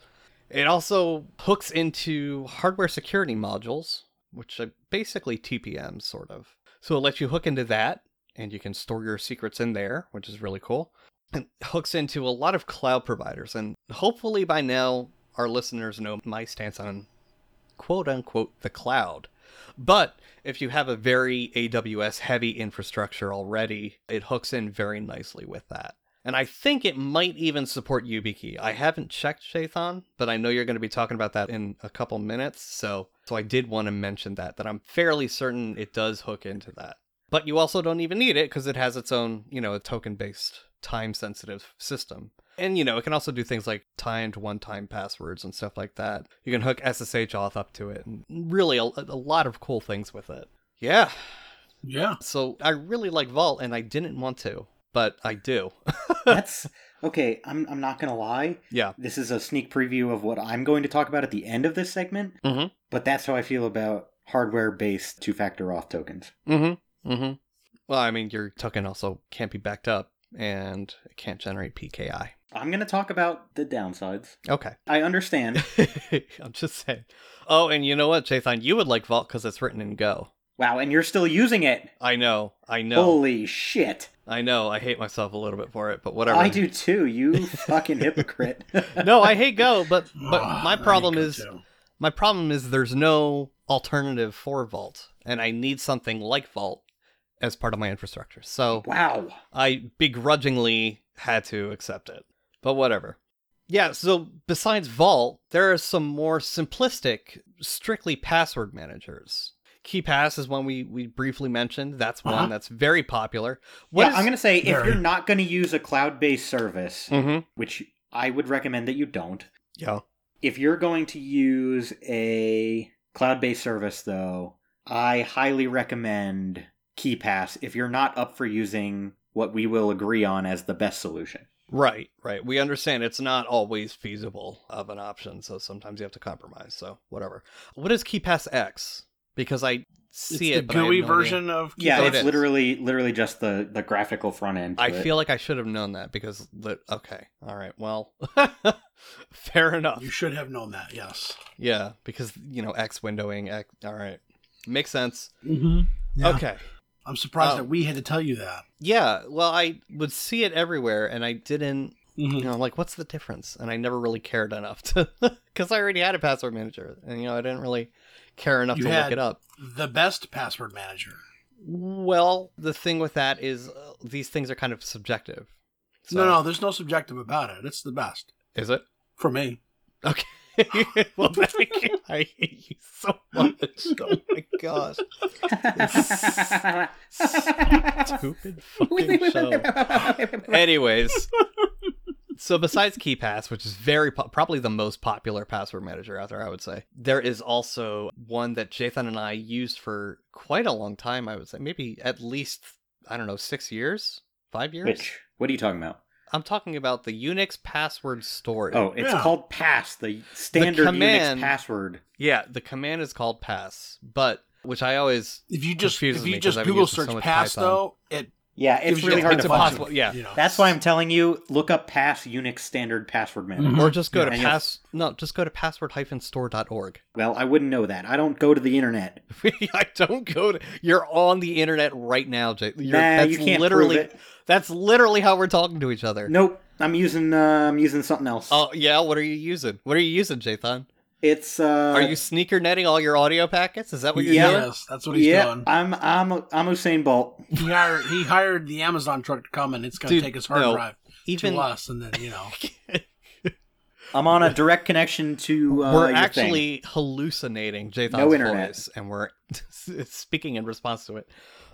Speaker 1: it also hooks into hardware security modules which are basically tpm sort of so it lets you hook into that and you can store your secrets in there, which is really cool. And hooks into a lot of cloud providers. And hopefully by now, our listeners know my stance on quote unquote the cloud. But if you have a very AWS heavy infrastructure already, it hooks in very nicely with that. And I think it might even support YubiKey. I haven't checked Shaython, but I know you're going to be talking about that in a couple minutes, so so I did want to mention that that I'm fairly certain it does hook into that. But you also don't even need it because it has its own, you know, a token-based time-sensitive system. And you know, it can also do things like timed one-time passwords and stuff like that. You can hook SSH auth up to it, and really a, a lot of cool things with it. Yeah,
Speaker 2: Yeah.
Speaker 1: so I really like Vault, and I didn't want to, but I do.
Speaker 3: That's okay. I'm I'm not gonna lie.
Speaker 1: Yeah.
Speaker 3: This is a sneak preview of what I'm going to talk about at the end of this segment.
Speaker 1: Mhm.
Speaker 3: But that's how I feel about hardware-based two-factor auth tokens.
Speaker 1: Mm-hmm. Mm-hmm. Well, I mean, your token also can't be backed up, and it can't generate PKI.
Speaker 3: I'm gonna talk about the downsides.
Speaker 1: Okay.
Speaker 3: I understand.
Speaker 1: I'm just saying. Oh, and you know what, Jathan? You would like Vault because it's written in Go.
Speaker 3: wow, and you're still using it.
Speaker 1: I know. I know.
Speaker 3: Holy shit!
Speaker 1: I know. I hate myself a little bit for it, but whatever.
Speaker 3: I do too. You fucking hypocrite.
Speaker 1: No, I hate Go, but
Speaker 2: Ah,
Speaker 1: but my
Speaker 2: I
Speaker 1: problem
Speaker 2: could
Speaker 1: is
Speaker 2: too.
Speaker 1: My problem is there's no alternative for Vault, and I need something like Vault as part of my infrastructure. So
Speaker 3: Wow.
Speaker 1: I begrudgingly had to accept it. But whatever. Yeah, so besides Vault, there are some more simplistic, strictly password managers. KeyPass is one we, we briefly mentioned. That's one
Speaker 2: Uh-huh.
Speaker 1: that's very popular. What
Speaker 3: Yeah, I'm gonna say if
Speaker 2: Very.
Speaker 3: you're not gonna use a cloud-based service,
Speaker 1: Mm-hmm.
Speaker 3: which I would recommend that you don't.
Speaker 1: Yeah.
Speaker 3: If you're going to use a cloud based service, though, I highly recommend KeyPass if you're not up for using what we will agree on as the best solution.
Speaker 1: Right, right. We understand it's not always feasible of an option, so sometimes you have to compromise. So whatever. What is KeyPass X? Because I
Speaker 2: It's
Speaker 1: see
Speaker 2: the
Speaker 1: it, but I have
Speaker 2: GUI
Speaker 1: no
Speaker 2: version of
Speaker 3: Yeah,
Speaker 1: So
Speaker 2: Keyboard.
Speaker 1: it
Speaker 3: it's
Speaker 1: is.
Speaker 3: literally literally just the, the graphical front end. to
Speaker 1: idea. I
Speaker 3: it.
Speaker 1: feel like I should have known that because lit- okay, all right, well, fair enough.
Speaker 2: You should have known that. Yes.
Speaker 1: Yeah, because you know X windowing. X, all right, makes sense.
Speaker 2: Mm-hmm. Yeah.
Speaker 1: Okay.
Speaker 2: I'm surprised
Speaker 1: Oh.
Speaker 2: that we had to tell you that.
Speaker 1: Yeah, well, I would see it everywhere, and I didn't you know, like what's the difference? And I never really cared enough to, because I already had a password manager, and you know, I didn't really care enough
Speaker 2: You
Speaker 1: to
Speaker 2: had-
Speaker 1: look it up.
Speaker 2: The best password manager.
Speaker 1: Well, the thing with that is uh, these things are kind of subjective. So,
Speaker 2: No, no, there's no subjective about it. It's the best
Speaker 1: is it?
Speaker 2: for me.
Speaker 1: Okay. well, thank you. I hate you so much. Oh my gosh, stupid fucking show. Anyways, so besides KeyPass, which is very po- probably the most popular password manager out there, I would say there is also one that Jathan and I used for quite a long time. I would say maybe at least I don't know six years, five years.
Speaker 3: Which what are you talking about?
Speaker 1: I'm talking about the Unix password storage.
Speaker 3: Oh, it's
Speaker 2: Yeah.
Speaker 3: called Pass, the standard
Speaker 1: command-
Speaker 3: Unix password.
Speaker 1: yeah, the command is called pass, but which I always
Speaker 2: If you just
Speaker 1: Confuses
Speaker 2: if
Speaker 1: me
Speaker 2: you
Speaker 1: 'cause
Speaker 2: just
Speaker 1: I've been
Speaker 2: Google
Speaker 1: using so
Speaker 2: search
Speaker 1: much
Speaker 2: pass
Speaker 1: Python.
Speaker 2: though, it
Speaker 3: Yeah, it's
Speaker 2: gives you
Speaker 3: really
Speaker 2: a
Speaker 3: hard
Speaker 2: bunch
Speaker 3: to
Speaker 2: of
Speaker 1: impossible.
Speaker 3: find.
Speaker 1: yeah.
Speaker 2: options, you know.
Speaker 3: That's why I'm telling you, look up pass Unix standard password manager.
Speaker 2: Mhm.
Speaker 1: or just go
Speaker 2: Yeah,
Speaker 1: to
Speaker 3: and you'll-
Speaker 1: pass no, just go to password-store.org.
Speaker 3: Well, I wouldn't know that. I don't go to the internet.
Speaker 1: I don't go to. You're on the internet right now, Jay. You're,
Speaker 3: nah,
Speaker 1: that's
Speaker 3: you can't
Speaker 1: literally
Speaker 3: prove it.
Speaker 1: that's literally how we're talking to each other.
Speaker 3: Nope, I'm using uh, I'm using something else.
Speaker 1: Oh yeah, what are you using? What are you using, Jathan?
Speaker 3: it's uh,
Speaker 1: are you sneaker netting all your audio packets? Is that what you're
Speaker 3: Yeah.
Speaker 1: doing?
Speaker 2: Yes, that's what he's
Speaker 3: yeah,
Speaker 2: doing.
Speaker 3: I'm I'm I'm Usain Bolt.
Speaker 2: He hired he hired the Amazon truck to come and it's gonna
Speaker 1: Dude,
Speaker 2: take his hard
Speaker 1: no.
Speaker 2: drive
Speaker 1: Even
Speaker 2: to us and then you know
Speaker 3: I'm on a direct connection to uh,
Speaker 1: we're
Speaker 3: your thing.
Speaker 1: actually hallucinating Jathan's
Speaker 3: No internet.
Speaker 1: voice, and we're speaking in response to it.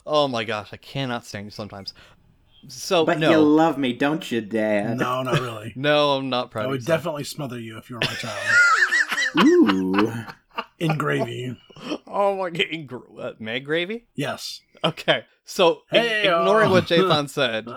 Speaker 1: Oh my gosh, I cannot stand you sometimes. So
Speaker 3: But
Speaker 1: oh, no,
Speaker 3: you love me, don't you, Dad?
Speaker 2: No, not really.
Speaker 1: no, I'm not proud.
Speaker 2: I
Speaker 1: of
Speaker 2: would
Speaker 1: you, son.
Speaker 2: definitely smother you if you were my child.
Speaker 3: Ooh.
Speaker 2: In gravy.
Speaker 1: Oh my god, uh, Meg gravy.
Speaker 2: Yes.
Speaker 1: Okay, so i-
Speaker 2: Hey-o.
Speaker 1: ignoring what Jathan said,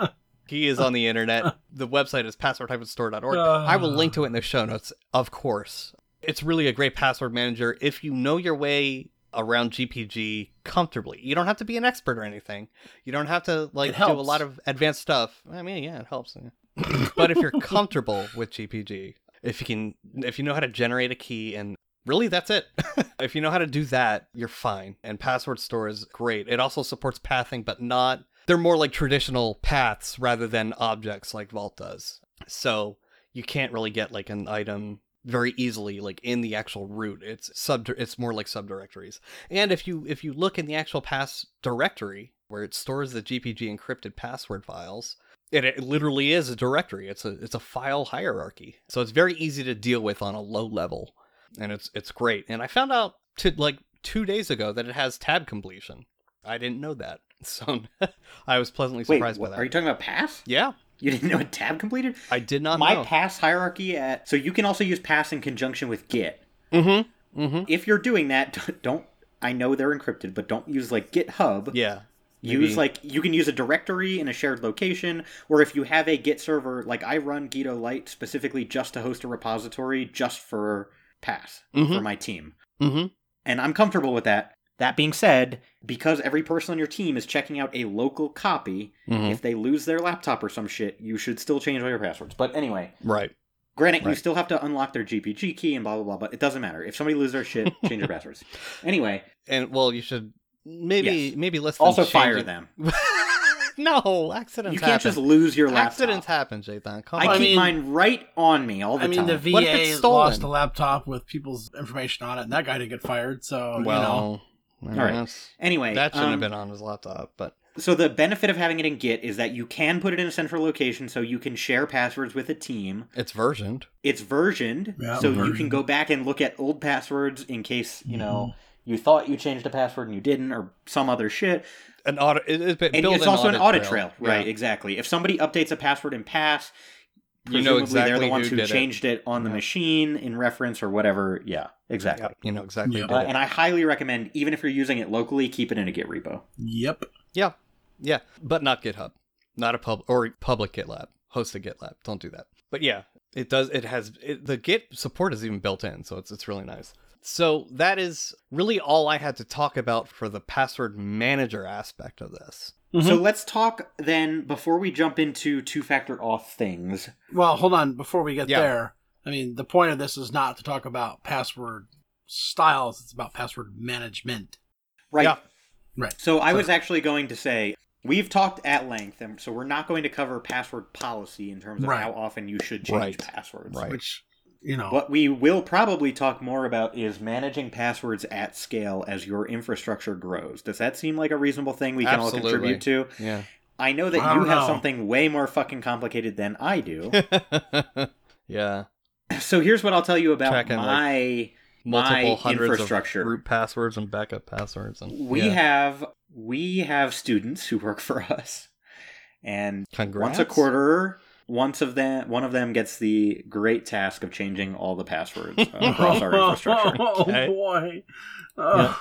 Speaker 1: he is on the internet. The website is password-store.org.
Speaker 2: Uh,
Speaker 1: I will link to it in the show notes, of course. It's really a great password manager if you know your way around GPG comfortably. You don't have to be an expert or anything. You don't have to like
Speaker 2: It
Speaker 1: do a
Speaker 2: helps.
Speaker 1: lot of advanced stuff. I mean, yeah, it helps. yeah. but if you're comfortable with GPG, if you can if you know how to generate a key and really that's it. if you know how to do that, you're fine. And password store is great. It also supports pathing but not they're more like traditional paths rather than objects like Vault does. So you can't really get like an item very easily like in the actual root it's sub it's more like subdirectories and if you if you look in the actual pass directory where it stores the gpg encrypted password files It, it literally is a directory. It's a it's a file hierarchy. So it's very easy to deal with on a low level, and it's it's great. And I found out to like two days ago that it has tab completion. I didn't know that, so I was pleasantly
Speaker 3: Wait,
Speaker 1: surprised
Speaker 3: what-
Speaker 1: by that.
Speaker 3: are you talking about pass?
Speaker 1: yeah,
Speaker 3: You didn't know it tab completed?
Speaker 1: I did not
Speaker 3: My
Speaker 1: know.
Speaker 3: pass hierarchy at so you can also use pass in conjunction with git.
Speaker 1: mm-hmm. Mm-hmm.
Speaker 3: If you're doing that, don't I know they're encrypted, but don't use like GitHub.
Speaker 1: Yeah. maybe-
Speaker 3: Use like you can use a directory in a shared location, or if you have a Git server, like I run Gito Lite specifically just to host a repository just for pass
Speaker 1: Mhm.
Speaker 3: for my team.
Speaker 1: Mm-hmm.
Speaker 3: and I'm comfortable with that. That being said, because every person on your team is checking out a local copy,
Speaker 1: Mhm.
Speaker 3: if they lose their laptop or some shit, you should still change all your passwords. But anyway,
Speaker 1: Right.
Speaker 3: granted, you
Speaker 1: Right.
Speaker 3: still have to unlock their GPG key and blah blah blah. But it doesn't matter if somebody loses their shit, change your passwords. Anyway,
Speaker 1: And well, you should maybe
Speaker 3: Yes.
Speaker 1: maybe less than
Speaker 3: also
Speaker 1: change
Speaker 3: fire
Speaker 1: it-
Speaker 3: them.
Speaker 1: no, accidents.
Speaker 3: You can't
Speaker 1: happen.
Speaker 3: just lose your laptop.
Speaker 1: accidents happen, Jathan. Come
Speaker 3: I
Speaker 1: on.
Speaker 3: keep
Speaker 2: I mean-
Speaker 3: mine right on me all the
Speaker 2: I mean,
Speaker 3: time.
Speaker 2: the
Speaker 1: What if it's
Speaker 2: VA
Speaker 1: stolen?
Speaker 2: lost a laptop with people's information on it, and that guy didn't get fired.
Speaker 1: Oh,
Speaker 2: So you know,
Speaker 1: well,
Speaker 3: All right.
Speaker 1: yes.
Speaker 3: anyway,
Speaker 1: that shouldn't
Speaker 3: um,
Speaker 1: have been on his laptop, but
Speaker 3: So the benefit of having it in Git is that you can put it in a central location, so you can share passwords with a team.
Speaker 1: it's versioned.
Speaker 3: it's versioned
Speaker 2: Yeah,
Speaker 3: so you
Speaker 2: versioned.
Speaker 3: can go back and look at old passwords in case you know
Speaker 2: Mm-hmm.
Speaker 3: you thought you changed a password and you didn't or some other shit
Speaker 1: An audit. It, it, it
Speaker 3: and
Speaker 1: built
Speaker 3: it's also an audit trail,
Speaker 1: Yeah.
Speaker 3: right exactly if somebody updates a password in pass
Speaker 1: You
Speaker 3: presumably
Speaker 1: know
Speaker 3: they're
Speaker 1: exactly
Speaker 3: the ones
Speaker 1: who
Speaker 3: who,
Speaker 1: did it.
Speaker 3: changed it, on the
Speaker 1: Yeah.
Speaker 3: machine in reference or whatever yeah exactly
Speaker 1: Yep, You know exactly.
Speaker 2: Yeah.
Speaker 1: who
Speaker 3: Uh,
Speaker 1: did it.
Speaker 3: and i highly recommend even if you're using it locally keep it in a git repo
Speaker 2: yep.
Speaker 1: yeah, yeah, but not GitHub, not a pub or public GitLab. Host a GitLab. Don't do that. But yeah, it does. It has it, the Git support is even built in, so it's it's really nice. So that is really all I had to talk about for the password manager aspect of this.
Speaker 2: Mhm.
Speaker 3: so let's talk then before we jump into two-factor auth things
Speaker 2: Well, hold on. Before we get
Speaker 1: Yeah.
Speaker 2: there, I mean, the point of this is not to talk about password styles. It's about password management.
Speaker 3: right
Speaker 1: Yeah.
Speaker 2: Right.
Speaker 3: So I was actually going to say we've talked at length, and so we're not going to cover password policy in terms of
Speaker 2: Right.
Speaker 3: how often you should change
Speaker 1: Right.
Speaker 3: passwords.
Speaker 1: Right.
Speaker 2: Which you know,
Speaker 3: What we will probably talk more about is managing passwords at scale as your infrastructure grows. Does that seem like a reasonable thing we can all
Speaker 1: Absolutely.
Speaker 3: contribute to?
Speaker 1: Yeah.
Speaker 3: I know that
Speaker 2: I
Speaker 3: you
Speaker 2: don't
Speaker 3: have
Speaker 2: know.
Speaker 3: something way more fucking complicated than I do.
Speaker 1: yeah.
Speaker 3: so here's what I'll tell you about
Speaker 1: Tracking, like,
Speaker 3: my
Speaker 1: Multiple
Speaker 3: My
Speaker 1: hundreds
Speaker 3: infrastructure.
Speaker 1: of root passwords and backup passwords and
Speaker 3: we
Speaker 1: yeah.
Speaker 3: have we have students who work for us. And
Speaker 1: Congrats.
Speaker 3: Once a quarter, once of them, one of them gets the great task of changing all the passwords across our infrastructure.
Speaker 2: Oh,
Speaker 1: Okay.
Speaker 2: boy. Ugh.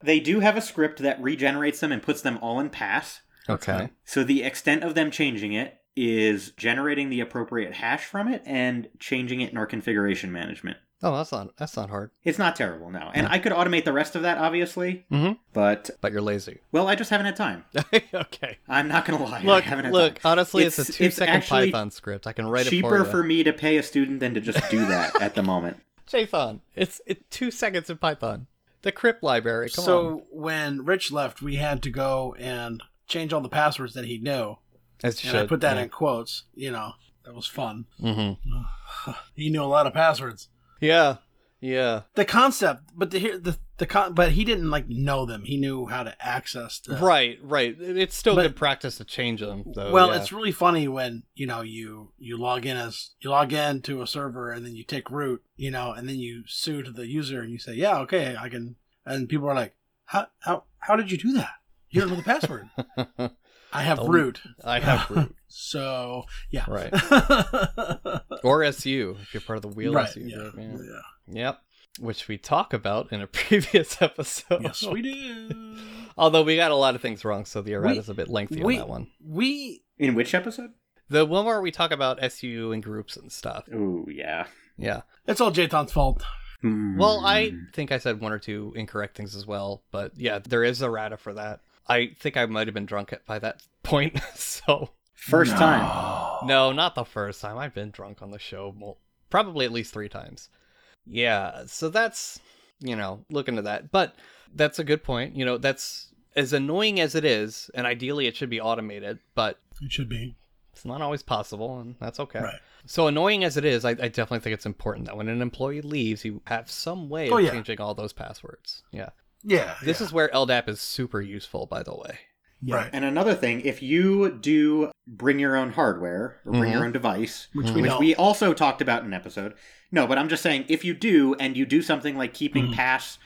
Speaker 3: They do have a script that regenerates them and puts them all in pass.
Speaker 1: Okay.
Speaker 3: So the extent of them changing it is generating the appropriate hash from it and changing it in our configuration management.
Speaker 1: Oh, that's not that's not hard.
Speaker 3: It's not terrible now, and
Speaker 1: No.
Speaker 3: I could automate the rest of that, obviously.
Speaker 1: Mhm.
Speaker 3: But
Speaker 1: But you're lazy.
Speaker 3: well, I just haven't had time.
Speaker 1: okay.
Speaker 3: I'm not gonna lie. I
Speaker 1: Look,
Speaker 3: haven't had
Speaker 1: look.
Speaker 3: time.
Speaker 1: Honestly, it's, a
Speaker 3: It's-
Speaker 1: two
Speaker 3: it's
Speaker 1: second
Speaker 3: actually
Speaker 1: Python script. I can write
Speaker 3: Cheaper
Speaker 1: it for
Speaker 3: for
Speaker 1: you.
Speaker 3: me to pay a student than to just do that at the moment.
Speaker 1: Jathan. It's it, two seconds in Python. The crypt library. Come
Speaker 2: so
Speaker 1: on.
Speaker 2: when Rich left, we had to go and change all the passwords that he knew,
Speaker 1: As you
Speaker 2: and I
Speaker 1: should.
Speaker 2: put that in quotes. You know, that was fun.
Speaker 1: hmm
Speaker 2: He knew a lot of passwords.
Speaker 1: Yeah. Yeah.
Speaker 2: The concept, but the here- the the con, but he didn't like know them. He knew how to access the
Speaker 1: Right. Right. It's still
Speaker 2: But-
Speaker 1: good practice to change them. Though,
Speaker 2: well,
Speaker 1: yeah.
Speaker 2: it's really funny when you know you you log in as you log in to a server and then you take root, you know, and then you sue to the user and you say, "Yeah, okay, I can." And people are like, "How how how did you do that? You don't know the password." I have
Speaker 1: Oh,
Speaker 2: root,
Speaker 1: I have root.
Speaker 2: so yeah,
Speaker 1: Right.
Speaker 2: right,
Speaker 1: Or SU if you're part of the wheel SU
Speaker 2: yeah,
Speaker 1: group. Yeah.
Speaker 2: yeah.
Speaker 1: Yep. Which we talk about in a previous episode.
Speaker 2: yes, we do.
Speaker 1: Although we got a lot of things wrong, so the errata's a bit lengthy
Speaker 2: we-
Speaker 1: on that one.
Speaker 2: We
Speaker 3: In which episode?
Speaker 1: The one where we talk about SU and groups and stuff.
Speaker 3: Oh yeah.
Speaker 1: Yeah.
Speaker 2: it's all Jathan's fault.
Speaker 1: Well, I
Speaker 3: Hmm.
Speaker 2: Mm.
Speaker 1: think I said one or two incorrect things as well, but yeah, there is errata for that. I think I might have been drunk at, by that point, so
Speaker 3: first time.
Speaker 2: time.
Speaker 1: no, not the first time. I've been drunk on the show mul- probably at least three times. Yeah, so that's, you know, look into that. But that's a good point. You know, that's as annoying as it is, and ideally it should be automated, but
Speaker 2: It should be
Speaker 1: it's not always possible, and that's okay.
Speaker 2: right.
Speaker 1: So annoying as it is, I, I definitely think it's important that when an employee leaves, you have some way of
Speaker 2: Oh, yeah.
Speaker 1: changing all those passwords. Yeah.
Speaker 2: Yeah,
Speaker 1: This
Speaker 2: yeah.
Speaker 1: is where LDAP is super useful, by the way.
Speaker 4: Yeah.
Speaker 2: Right.
Speaker 3: And another thing, if you do bring your own hardware or bring your
Speaker 1: Mhm.
Speaker 3: own device,
Speaker 4: Which
Speaker 1: Mhm.
Speaker 4: we
Speaker 3: which
Speaker 2: don't.
Speaker 3: we also talked about in an episode. No, but I'm just saying if you do and you do something like keeping
Speaker 1: Mm-hmm.
Speaker 4: Mhm.
Speaker 3: pass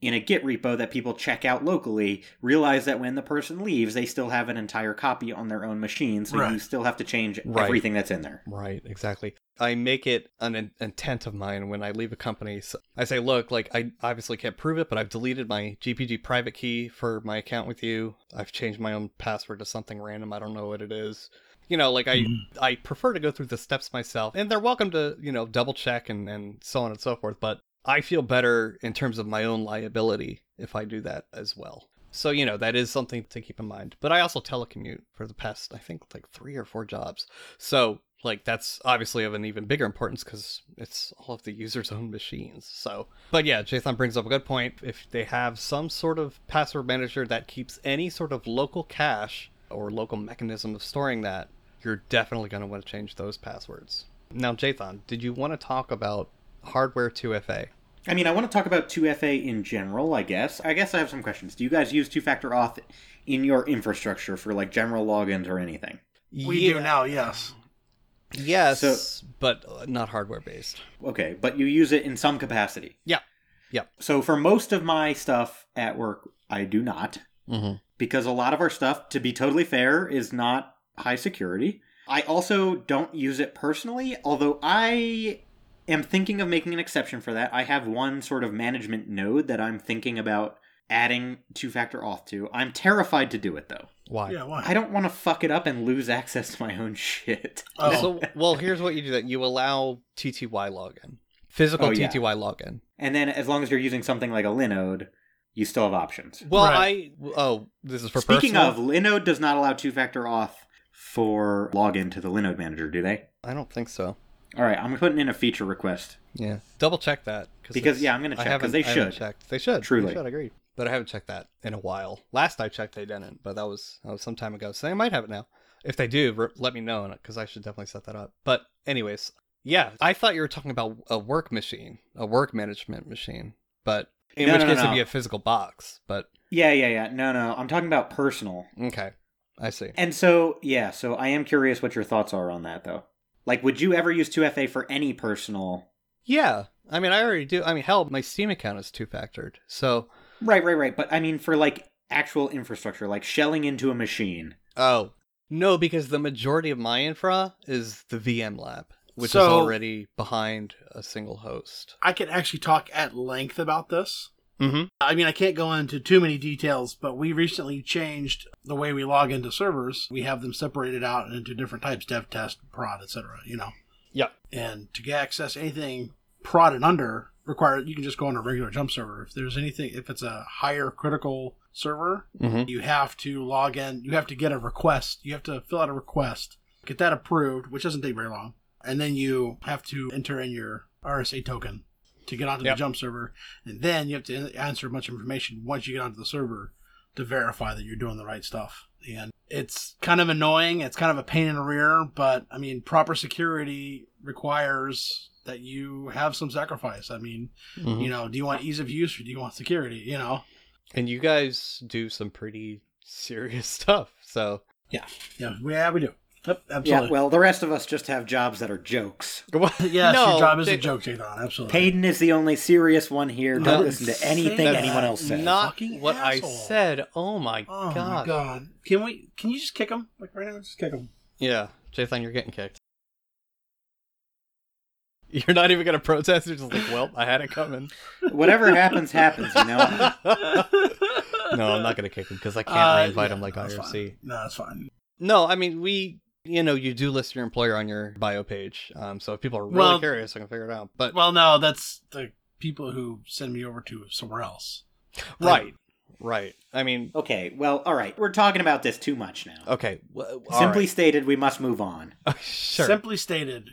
Speaker 3: in a Git repo that people check out locally, realize that when the person leaves, they still have an entire copy on their own machine, so you
Speaker 2: Right.
Speaker 3: still have to change
Speaker 1: Right.
Speaker 3: everything that's in there.
Speaker 1: Right, exactly. I make it an in- intent of mine when I leave a company. So I say, look, like I obviously can't prove it, but I've deleted my GPG private key for my account with you. I've changed my own password to something random. I don't know what it is. You know, like I I prefer to go through the steps myself, and they're welcome to you know double check and and so on and so forth. But I feel better in terms of my own liability if I do that as well. So you know that is something to keep in mind. But I also telecommute for the past I think like three or four jobs. So, like, that's obviously of an even bigger importance because it's all of the user's own machines. So, but yeah, Jathan brings up a good point. If they have some sort of password manager that keeps any sort of local cache or local mechanism of storing that, you're definitely going to want to change those passwords. Now, Jathan, did you want to talk about hardware 2FA?
Speaker 3: I mean, I want to talk about 2FA in general, I guess. I guess I have some questions. Do you guys use two factor auth in your infrastructure for like general logins or anything?
Speaker 2: We do
Speaker 1: Yeah.
Speaker 2: now, yes.
Speaker 1: Yes,
Speaker 3: So-
Speaker 1: but uh, not hardware based.
Speaker 3: Okay, but you use it in some capacity.
Speaker 1: Yeah. Yeah.
Speaker 3: So for most of my stuff at work, I do not
Speaker 1: Mm-hmm.
Speaker 3: because a lot of our stuff, to be totally fair, is not high security. I also don't use it personally, although I am thinking of making an exception for that. I have one sort of management node that I'm thinking about adding two factor auth to. I'm terrified to do it though.
Speaker 1: Why?
Speaker 2: Yeah, why?
Speaker 3: I don't want to fuck it up and lose access to my own shit.
Speaker 2: Oh.
Speaker 1: So, well, here's what you do: that you allow TTY login, physical
Speaker 3: Oh, yeah.
Speaker 1: TTY login.
Speaker 3: And then as long as you're using something like a Linode, you still have options.
Speaker 1: Well,
Speaker 2: Right.
Speaker 1: I oh, this is for
Speaker 3: Speaking
Speaker 1: personal?
Speaker 3: of, Linode does not allow two factor auth for login to the Linode manager, do they?
Speaker 1: I don't think so.
Speaker 3: All right, I'm putting in a feature request.
Speaker 1: Yeah, double check that cause
Speaker 3: Because,
Speaker 1: it's-
Speaker 3: yeah, I'm gonna
Speaker 1: I
Speaker 3: check,
Speaker 1: haven't-
Speaker 3: 'cause they
Speaker 1: I haven't
Speaker 3: should.
Speaker 1: checked. They should
Speaker 3: Truly.
Speaker 1: They should agree. But I haven't checked that in a while. Last I checked, they didn't, but that was that was some time ago. So they might have it now. If they do, re- let me know because I should definitely set that up. But anyways, yeah, I thought you were talking about a work machine, a work management machine, but in
Speaker 3: No,
Speaker 1: which
Speaker 3: no,
Speaker 1: case
Speaker 3: no.
Speaker 1: it'd be a physical box. But
Speaker 3: Yeah, yeah, yeah. No, no. I'm talking about personal.
Speaker 1: okay, I see.
Speaker 3: And so, yeah, so I am curious what your thoughts are on that, though. Like, would you ever use 2FA for any personal?
Speaker 1: Yeah. I mean, I already do. I mean, hell, my Steam account is two factored. So,
Speaker 3: Right, right, right. But I mean, for like actual infrastructure, like shelling into a machine.
Speaker 1: oh, no, because the majority of my infra is the VM lab, which is
Speaker 2: So-
Speaker 1: already behind a single host.
Speaker 2: I can actually talk at length about this.
Speaker 1: Mm
Speaker 2: I mean, I can't go into too many details, but we recently changed the way we log into servers. We have them separated out into different types: dev, test, prod, etc. You know.
Speaker 1: Yeah.
Speaker 2: And to get access anything prod and under require you can just go on a regular jump server. If there's anything, if it's a higher critical server,
Speaker 1: hmm. Mm
Speaker 2: you have to log in. You have to get a request. You have to fill out a request, get that approved, which doesn't take very long, and then you have to enter in your RSA token to get onto
Speaker 1: Yep.
Speaker 2: the jump server, and then you have to in- answer a bunch of information once you get onto the server to verify that you're doing the right stuff. And it's kind of annoying. It's kind of a pain in the rear, but I mean, proper security requires that you have some sacrifice. I mean,
Speaker 1: hmm.
Speaker 2: you know, do you want ease of use or do you want security? You know.
Speaker 1: And you guys do some pretty serious stuff. So,
Speaker 2: Yeah, we- yeah, we do. Yep,
Speaker 3: Yeah,
Speaker 2: absolutely.
Speaker 3: well, the rest of us just have jobs that are jokes.
Speaker 2: yes,
Speaker 1: No,
Speaker 2: your job is
Speaker 1: they-
Speaker 2: a joke, Jadon. Absolutely.
Speaker 3: Payden is the only serious one here. Don't
Speaker 1: No,
Speaker 3: listen to
Speaker 2: say
Speaker 3: anything
Speaker 2: that.
Speaker 3: anyone else says.
Speaker 1: Not
Speaker 2: Fucking
Speaker 1: what
Speaker 2: asshole.
Speaker 1: I said. Oh my,
Speaker 2: Oh my
Speaker 1: god.
Speaker 2: god! Can we? Can you just kick him? Like right now, just kick him.
Speaker 1: Yeah. Jathan, you're getting kicked. You're not even going to protest. You're just like, well, I had it coming.
Speaker 3: Whatever happens, happens, you know?
Speaker 1: no, I'm not going to kick him because I can't
Speaker 2: Uh,
Speaker 1: reinvite
Speaker 2: yeah,
Speaker 1: him like
Speaker 2: no, it's
Speaker 1: IRC.
Speaker 2: fine. No, that's fine.
Speaker 1: No, I mean we. You know, you do list your employer on your bio page. Um, so if people are really
Speaker 2: Well-
Speaker 1: curious, I can figure it out. But
Speaker 2: Well, no, that's the people who send me over to somewhere else.
Speaker 1: right, right. I mean,
Speaker 3: Okay, well, all right. We're talking about this too much now.
Speaker 1: okay. W-
Speaker 3: Simply
Speaker 1: Simply,
Speaker 3: stated, we must move on.
Speaker 1: sure.
Speaker 2: Simply stated,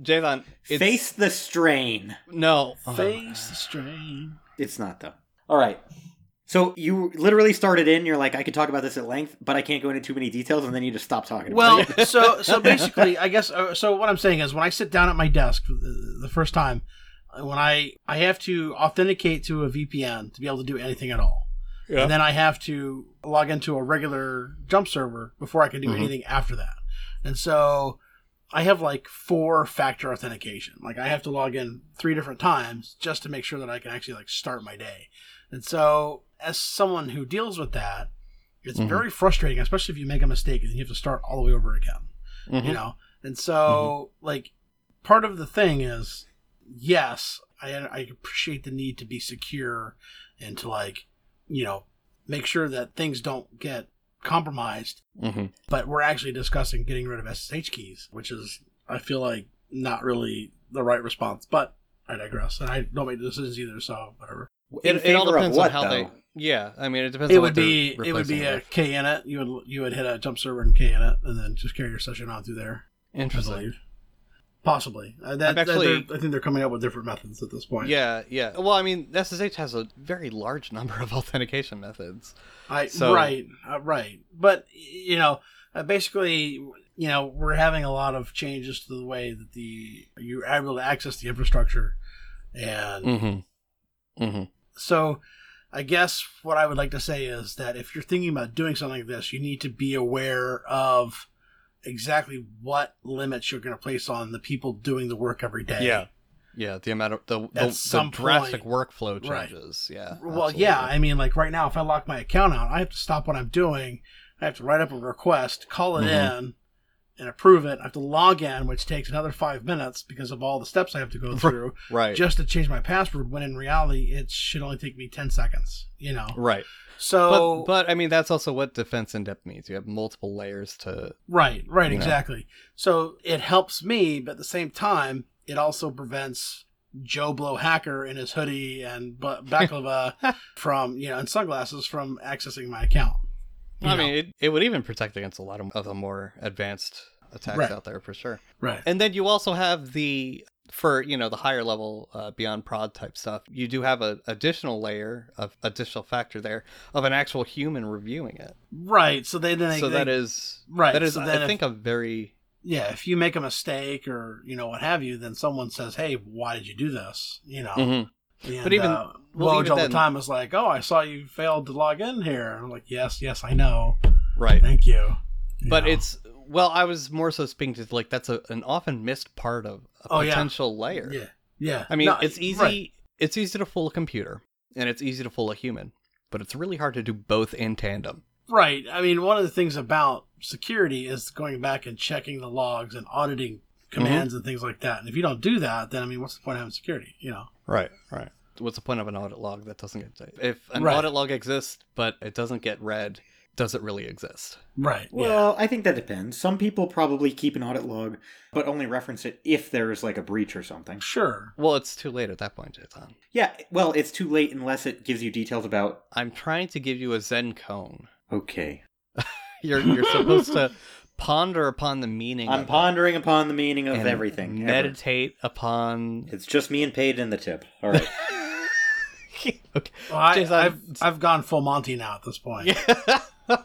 Speaker 1: Jathan, it's,
Speaker 3: Face the strain.
Speaker 1: no uh-huh.
Speaker 2: face the strain.
Speaker 3: It's not though. All right. So you literally started in. You're like, I could talk about this at length, but I can't go into too many details, and then you just stop talking.
Speaker 2: Well,
Speaker 3: about it.
Speaker 2: so so basically, I guess uh, so. What I'm saying is, when I sit down at my desk for the the first time, uh, when I I have to authenticate to a VPN to be able to do anything at all.
Speaker 1: Yeah.
Speaker 2: and then I have to log into a regular jump server before I can do
Speaker 3: Mhm.
Speaker 2: anything after that. And so I have like four factor authentication. Like I have to log in three different times just to make sure that I can actually like start my day. And so as someone who deals with that, it's
Speaker 1: Mhm.
Speaker 2: very frustrating, especially if you make a mistake and then you have to start all the way over again you
Speaker 1: Mhm.
Speaker 2: know and so like part of the thing is yes I, I appreciate the need to be secure and to like you know make sure that things don't get compromised
Speaker 1: Mhm.
Speaker 2: but we're actually discussing getting rid of ssh keys which is i feel like not really the right response but i digress and i don't make decisions either so whatever
Speaker 3: In
Speaker 1: It, it all
Speaker 3: favor of
Speaker 1: depends
Speaker 3: what,
Speaker 1: on how they.
Speaker 3: though?
Speaker 1: Yeah, I mean, it depends.
Speaker 2: it
Speaker 1: on
Speaker 2: would
Speaker 1: what they're
Speaker 2: be it would
Speaker 1: replacing
Speaker 2: be
Speaker 1: it
Speaker 2: a
Speaker 1: with.
Speaker 2: k in it you would you would hit a jump server and k in it and then just carry your session on through there I
Speaker 1: interesting.
Speaker 2: believe. Possibly. Uh, that,
Speaker 1: I've
Speaker 2: that-
Speaker 1: actually-
Speaker 2: they're- I think they're coming up with different methods at this point.
Speaker 1: Yeah, yeah. Well, I mean, SSH has a very large number of authentication methods.
Speaker 2: I,
Speaker 1: so-
Speaker 2: Right. Uh, right. But, y- you know, uh, basically, you know, we're having a lot of changes to the way that the you're able to access the infrastructure. And
Speaker 1: Mm-hmm. Mm-hmm.
Speaker 2: so I guess what I would like to say is that if you're thinking about doing something like this, you need to be aware of exactly what limits you're going to place on the people doing the work every day.
Speaker 1: Yeah. Yeah, the amount of the the, the
Speaker 2: some
Speaker 1: drastic
Speaker 2: point.
Speaker 1: workflow
Speaker 2: Right.
Speaker 1: changes. Yeah.
Speaker 2: Well, yeah.
Speaker 1: absolutely.
Speaker 2: I mean, like right now, if I lock my account out, I have to stop what I'm doing. I have to write up a request, call it
Speaker 1: Mhm.
Speaker 2: in, and approve it. I have to log in, which takes another five minutes because of all the steps I have to go through
Speaker 1: Right.
Speaker 2: just to change my password. When in reality, it should only take me ten seconds. You know.
Speaker 1: right.
Speaker 2: So
Speaker 1: but but I mean, that's also what defense in depth means. You have multiple layers to.
Speaker 2: right, right,
Speaker 1: you know.
Speaker 2: exactly. So it helps me, but at the same time, it also prevents. Joe Blow hacker in his hoodie and ba- baklava from you know and sunglasses from accessing my account. you
Speaker 1: I
Speaker 2: know.
Speaker 1: mean, it, it would even protect against a lot of, of the more advanced attacks
Speaker 2: Right.
Speaker 1: out there for sure.
Speaker 2: right.
Speaker 1: And then you also have the for you know the higher level uh, beyond prod type stuff. You do have an additional layer of additional factor there of an actual human reviewing it.
Speaker 2: Right. So they then they,
Speaker 1: so
Speaker 2: they-
Speaker 1: that is
Speaker 2: right.
Speaker 1: that is
Speaker 2: so
Speaker 1: I
Speaker 2: then if-
Speaker 1: think a very
Speaker 2: yeah. If you make a mistake or you know what have you, then someone says, "Hey, why did you do this?" You know.
Speaker 1: Mm-hmm.
Speaker 2: And,
Speaker 1: But even-
Speaker 2: uh,
Speaker 1: well,
Speaker 2: Woj
Speaker 1: even
Speaker 2: all
Speaker 1: then-
Speaker 2: the time is like, "Oh, I saw you failed to log in here." I'm like, "Yes, yes, I know.
Speaker 1: right.
Speaker 2: Thank you." You
Speaker 1: But
Speaker 2: know.
Speaker 1: it's well, I was more so speaking to like that's a, an often missed part of a
Speaker 2: Oh, yeah.
Speaker 1: potential layer.
Speaker 2: yeah, yeah.
Speaker 1: I mean,
Speaker 2: No,
Speaker 1: it's easy.
Speaker 2: right.
Speaker 1: It's easy to fool a computer, and it's easy to fool a human, but it's really hard to do both in tandem.
Speaker 2: Right. I mean, one of the things about security is going back and checking the logs and auditing commands
Speaker 1: Mm-hmm.
Speaker 2: and things like that. And if you don't do that, then I mean, what's the point of having security? You know.
Speaker 1: Right. Right. What's the point of an audit log that doesn't get if an
Speaker 2: Right.
Speaker 1: audit log exists but it doesn't get read? Does it really exist?
Speaker 2: Right. yeah.
Speaker 3: Well, I think that depends. Some people probably keep an audit log, but only reference it if there is like a breach or something.
Speaker 2: Sure.
Speaker 1: Well, it's too late at that point, Jaitan.
Speaker 3: Yeah, well, it's too late unless it gives you details about.
Speaker 1: I'm trying to give you a Zen cone.
Speaker 3: Okay.
Speaker 1: You're you're supposed to ponder upon the meaning.
Speaker 3: I'm
Speaker 1: of it
Speaker 3: pondering upon the meaning of
Speaker 1: and
Speaker 3: everything. ever.
Speaker 1: Meditate upon.
Speaker 3: It's just me and Paid in the tip. All right.
Speaker 1: okay.
Speaker 2: Well, I,
Speaker 1: Jason-
Speaker 2: I've I've gone full Monty now at this point.
Speaker 1: Yeah.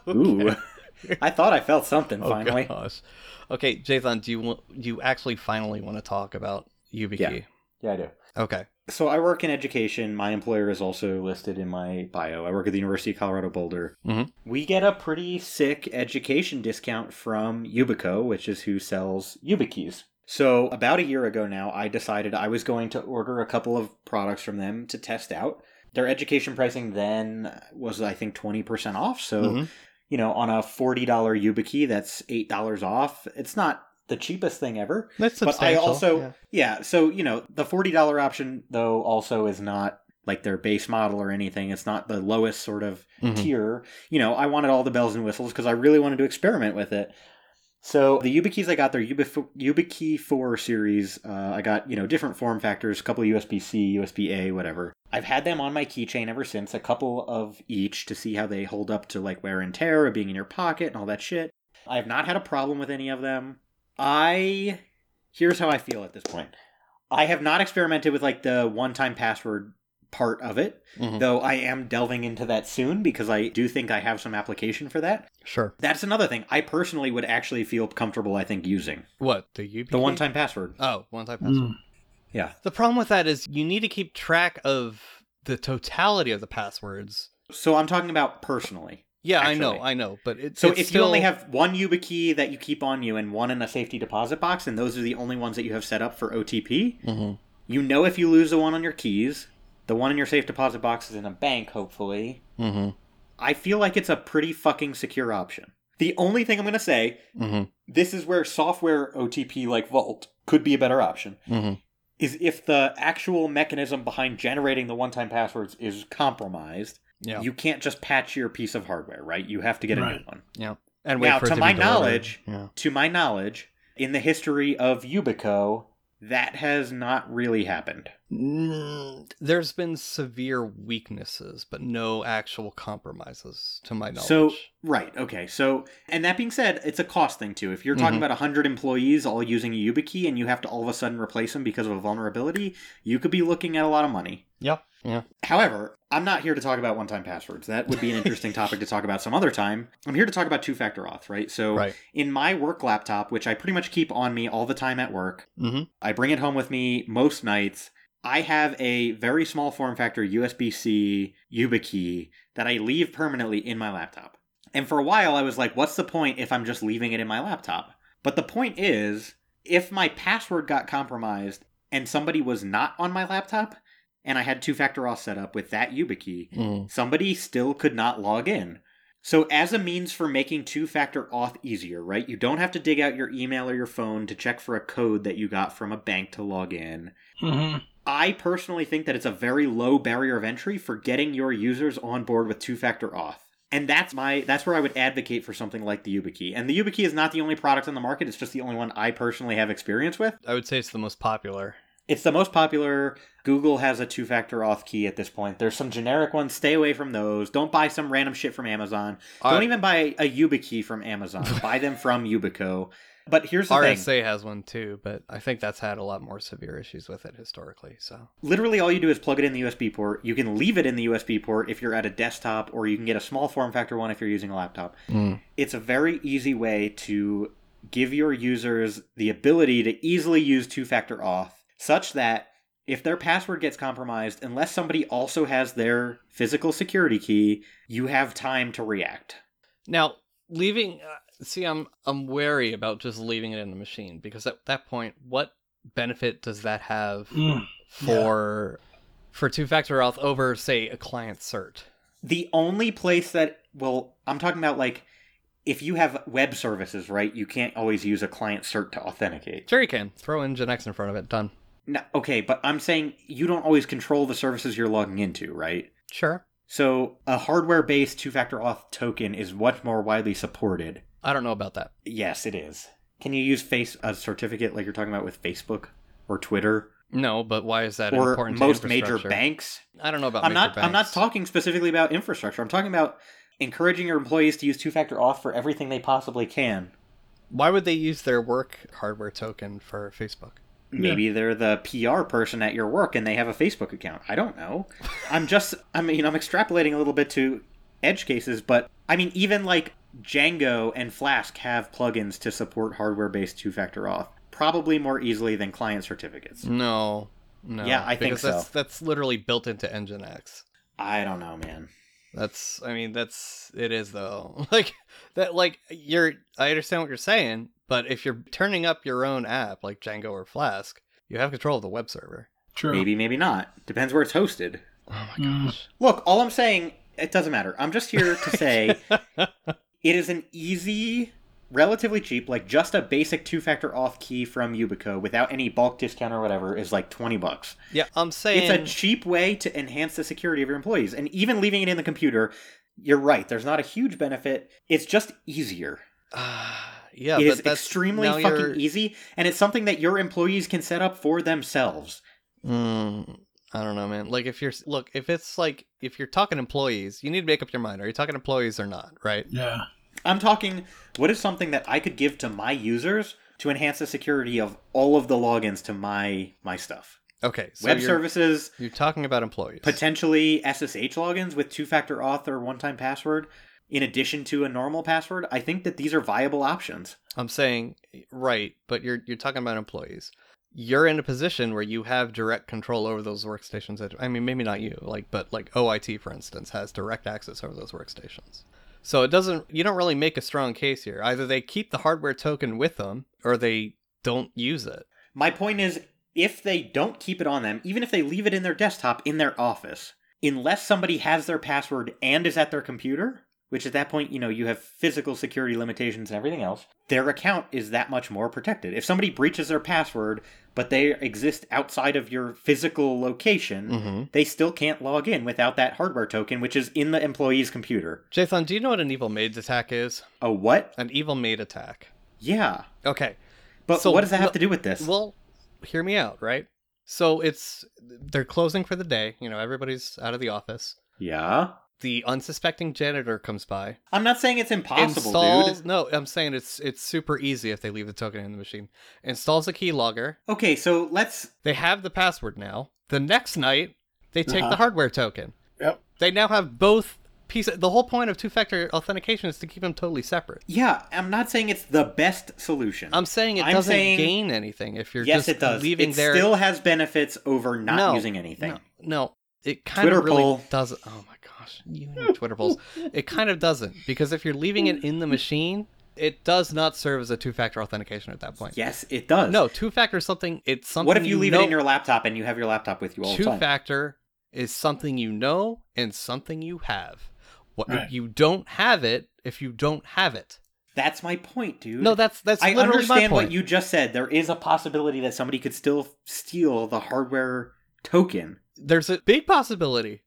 Speaker 3: Ooh. I thought I felt something
Speaker 1: Oh
Speaker 3: finally.
Speaker 1: gosh. Okay, Jathan, do you want do you actually finally want to talk about YubiKey?
Speaker 3: Yeah. Yeah, I do.
Speaker 1: Okay.
Speaker 3: So I work in education. My employer is also listed in my bio. I work at the University of Colorado Boulder.
Speaker 1: Mhm.
Speaker 3: We get a pretty sick education discount from Yubico, which is who sells YubiKeys. So about a year ago now, I decided I was going to order a couple of products from them to test out. Their education pricing then was, I think, twenty percent off. So
Speaker 1: Mhm.
Speaker 3: you know, on a forty dollar YubiKey, that's eight dollars off. It's not the cheapest thing ever,
Speaker 1: That's
Speaker 3: but I
Speaker 1: substantial.
Speaker 3: also
Speaker 1: yeah.
Speaker 3: yeah. so you know the forty dollar option though also is not like their base model or anything. It's not the lowest sort of
Speaker 1: Mhm.
Speaker 3: tier. You know, I wanted all the bells and whistles because I really wanted to experiment with it. So the YubiKeys I got, their Yubi- YubiKey 4 series, uh, I got, you know, different form factors, a couple USB-C, USB-A, whatever. I've had them on my keychain ever since, a couple of each to see how they hold up to like wear and tear or being in your pocket and all that shit. I have not had a problem with any of them. I here's how I feel at this point. I have not experimented with like the one-time password part of it
Speaker 1: Mhm.
Speaker 3: though I am delving into that soon because I do think I have some application for that.
Speaker 1: Sure.
Speaker 3: That's another thing I personally would actually feel comfortable, I think, using
Speaker 1: What the YubiKey?
Speaker 3: the one time password.
Speaker 1: Oh, one time password.
Speaker 2: Mm.
Speaker 3: Yeah.
Speaker 1: The problem with that is you need to keep track of the totality of the passwords
Speaker 3: So I'm talking about personally.
Speaker 1: Yeah, I know,
Speaker 3: Actually.
Speaker 1: I know, but it's
Speaker 3: So
Speaker 1: it's
Speaker 3: if
Speaker 1: still,
Speaker 3: you only have one Yuba key that you keep on you and one in a safety deposit box, and those are the only ones that you have set up for OTP,
Speaker 1: Mhm.
Speaker 3: you know if you lose the one on your keys, the one in your safe deposit box is in a bank, hopefully.
Speaker 1: Mhm.
Speaker 3: I feel like it's a pretty fucking secure option. The only thing I'm going to say,
Speaker 1: Mhm.
Speaker 3: this is where software OTP like Vault could be a better option,
Speaker 1: Mhm.
Speaker 3: is if the actual mechanism behind generating the one time passwords is compromised,
Speaker 1: yeah,
Speaker 3: you can't just patch your piece of hardware, right? You have to get a
Speaker 2: Right.
Speaker 3: new one.
Speaker 1: and wait
Speaker 3: now,
Speaker 1: for it
Speaker 3: to
Speaker 1: be
Speaker 3: my
Speaker 1: delivered.
Speaker 3: knowledge-
Speaker 1: yeah,
Speaker 3: To my knowledge, in the history of Yubico, that has not really happened.
Speaker 1: Mm, there's been severe weaknesses, but no actual compromises to my knowledge.
Speaker 3: So, right, okay. So, and that being said, it's a cost thing too. If you're talking
Speaker 1: Mhm.
Speaker 3: about 100 employees all using a YubiKey and you have to all of a sudden replace them because of a vulnerability, you could be looking at a lot of money.
Speaker 1: yeah, yeah,
Speaker 3: However, I'm not here to talk about one-time passwords. That would be an interesting topic to talk about some other time. I'm here to talk about two-factor auth, right? So,
Speaker 1: right.
Speaker 3: in my work laptop, which I pretty much keep on me all the time at work,
Speaker 1: hmm
Speaker 3: I bring it home with me most nights. I have a very small form factor USB C YubiKey that I leave permanently in my laptop. And for a while, I was like, what's the point if I'm just leaving it in my laptop? But the point is, if my password got compromised and somebody was not on my laptop, and I had two factor auth set up with that YubiKey,
Speaker 1: hmm
Speaker 3: somebody still could not log in. So, as a means for making two factor auth easier, right? You don't have to dig out your email or your phone to check for a code that you got from a bank to log in.
Speaker 2: Mm-hmm.
Speaker 3: I personally think that it's a very low barrier of entry for getting your users on board with two factor auth. And that's my that's where I would advocate for something like the YubiKey. And the YubiKey is not the only product on the market, it's just the only one I personally have experience with.
Speaker 1: I would say it's the most popular.
Speaker 3: It's the most popular. Google has a two factor auth key at this point. There's some generic ones. Stay away from those. Don't buy some random shit from Amazon. Don't
Speaker 1: R-
Speaker 3: even buy a YubiKey from Amazon. buy them from Yubico. But here's the
Speaker 1: RSA
Speaker 3: thing.
Speaker 1: has one too, but I think that's had a lot more severe issues with it historically. So,
Speaker 3: Literally all you do is plug it in the USB port. You can leave it in the USB port if you're at a desktop, or you can get a small form factor one if you're using a laptop. It's a very easy way to give your users the ability to easily use two factor auth such that if their password gets compromised, unless somebody also has their physical security key, you have time to react.
Speaker 1: now leaving, uh, see, I'm I'm wary about just leaving it in the machine because at that point, what benefit does that
Speaker 3: Mm,
Speaker 1: have for for two factor auth over say a client cert?
Speaker 3: The only place that, well, I'm talking about like if you have web services, right? You can't always use a client cert to authenticate.
Speaker 1: Sure, you can throw in Nginx in front of it. Done.
Speaker 3: No, okay, but I'm saying you don't always control the services you're logging into, right?
Speaker 1: Sure.
Speaker 3: So a hardware based two factor auth token is much more widely supported.
Speaker 1: I don't know about that.
Speaker 3: Yes, it is. Can you use face a certificate like you're talking about with Facebook or Twitter
Speaker 1: No, but why is that
Speaker 3: or
Speaker 1: important?
Speaker 3: most
Speaker 1: to
Speaker 3: major
Speaker 1: infrastructure?
Speaker 3: banks?
Speaker 1: I don't know about.
Speaker 3: I'm
Speaker 1: major
Speaker 3: not I'm not
Speaker 1: banks.
Speaker 3: talking specifically about infrastructure. I'm talking about encouraging your employees to use two factor auth for everything they possibly can.
Speaker 1: Why would they use their work hardware token for Facebook?
Speaker 3: Maybe they're the PR person at your work and they have a Facebook account. I don't know. I'm just, I mean, I'm extrapolating a little bit to edge cases, but I mean, even like Django and Flask have plugins to support hardware based two factor auth, probably more easily than client certificates.
Speaker 1: Mm. No, no.
Speaker 3: Yeah, I think
Speaker 1: because That's,
Speaker 3: so.
Speaker 1: that's literally built into Nginx.
Speaker 3: I don't know, man.
Speaker 1: That's, I mean, that's it is though. Like that, like you're. I understand what you're saying, but if you're turning up your own app like Django or Flask, you have control of the web server.
Speaker 2: True.
Speaker 3: Maybe, maybe not. Depends where it's hosted.
Speaker 1: Oh my
Speaker 2: Mm.
Speaker 1: gosh.
Speaker 3: Look, all I'm saying, it doesn't matter. I'm just here to say it is an easy, relatively cheap, like just a basic two factor auth key from Yubico without any bulk discount or whatever is like 20 bucks.
Speaker 1: Yeah, I'm saying
Speaker 3: It's a cheap way to enhance the security of your employees. And even leaving it in the computer, you're right. There's not a huge benefit. It's just easier.
Speaker 1: yeah, but
Speaker 3: it is
Speaker 1: that's-
Speaker 3: extremely
Speaker 1: now
Speaker 3: fucking e-
Speaker 1: you're-
Speaker 3: easy. And it's something that your employees can set up for themselves.
Speaker 1: Mm, I don't know, man. Like, if you're look, if it's like if you're talking employees, you need to make up your mind. Are you talking employees or not? Right?
Speaker 2: Yeah.
Speaker 3: I'm talking what is something that I could give to my users to enhance the security of all of the logins to my my stuff.
Speaker 1: Okay. So
Speaker 3: Web
Speaker 1: you're,
Speaker 3: services,
Speaker 1: You're talking about employees.
Speaker 3: potentially SSH logins with two-factor auth or one-time password in addition to a normal password. I think that these are viable options.
Speaker 1: I'm saying right, but you're you're talking about employees. you're in a position where you have direct control over those workstations. that- I mean, maybe not you, like, but like OIT, for instance, has direct access over those workstations. So it doesn't, you don't really make a strong case here. Either they keep the hardware token with them or they don't use it.
Speaker 3: My point is, if they don't keep it on them, even if they leave it in their desktop in their office, unless somebody has their password and is at their computer, which at that point, you know, you have physical security limitations and everything else, their account is that much more protected. If somebody breaches their password, but they exist outside of your physical location,
Speaker 1: Mm-hmm.
Speaker 3: they still can't log in without that hardware token, which is in the employee's computer.
Speaker 1: Jathan, do you know what an evil maid's attack is?
Speaker 3: A what?
Speaker 1: An evil maid attack.
Speaker 3: Yeah.
Speaker 1: Okay.
Speaker 3: But
Speaker 1: So,
Speaker 3: what does that have
Speaker 1: well-
Speaker 3: to do with this?
Speaker 1: Well, hear me out, right? So it's, they're closing for the day. You know, everybody's out of the office.
Speaker 3: yeah.
Speaker 1: The unsuspecting janitor comes by.
Speaker 3: I'm not saying it's impossible, dude.
Speaker 1: installs, No, I'm saying it's it's super easy if they leave the token in the machine. Installs a keylogger.
Speaker 3: Okay, so let's
Speaker 1: They have the password now. The next night, they take
Speaker 2: Uh-huh.
Speaker 1: the hardware token.
Speaker 2: Yep.
Speaker 1: They now have both pieces. The whole point of two-factor authentication is to keep them totally separate.
Speaker 3: Yeah, I'm not saying it's the best solution.
Speaker 1: I'm saying it
Speaker 3: I'm
Speaker 1: doesn't
Speaker 3: saying-
Speaker 1: gain anything if you're
Speaker 3: yes,
Speaker 1: just
Speaker 3: it does.
Speaker 1: leaving
Speaker 3: it
Speaker 1: their
Speaker 3: still has benefits over not
Speaker 1: No,
Speaker 3: using anything.
Speaker 1: No, no, it kind
Speaker 3: Twitter
Speaker 1: of really
Speaker 3: poll.
Speaker 1: doesn't. Oh my gosh, you and your Twitter polls. It kind of doesn't because if you're leaving it in the machine, it does not serve as a two-factor authentication at that point.
Speaker 3: Yes, it does.
Speaker 1: No, two factor is something. It's something.
Speaker 3: What if you leave
Speaker 1: know,
Speaker 3: it in your laptop and you have your laptop with you all the
Speaker 1: two
Speaker 3: time?
Speaker 1: factor is something you know and something you have. What
Speaker 2: Right.
Speaker 1: you don't have it if you don't have it.
Speaker 3: That's my point, dude.
Speaker 1: No, that's that's
Speaker 3: I
Speaker 1: literally my
Speaker 3: understand
Speaker 1: point.
Speaker 3: what you just said. There is a possibility that somebody could still steal the hardware token,
Speaker 1: There's a big possibility.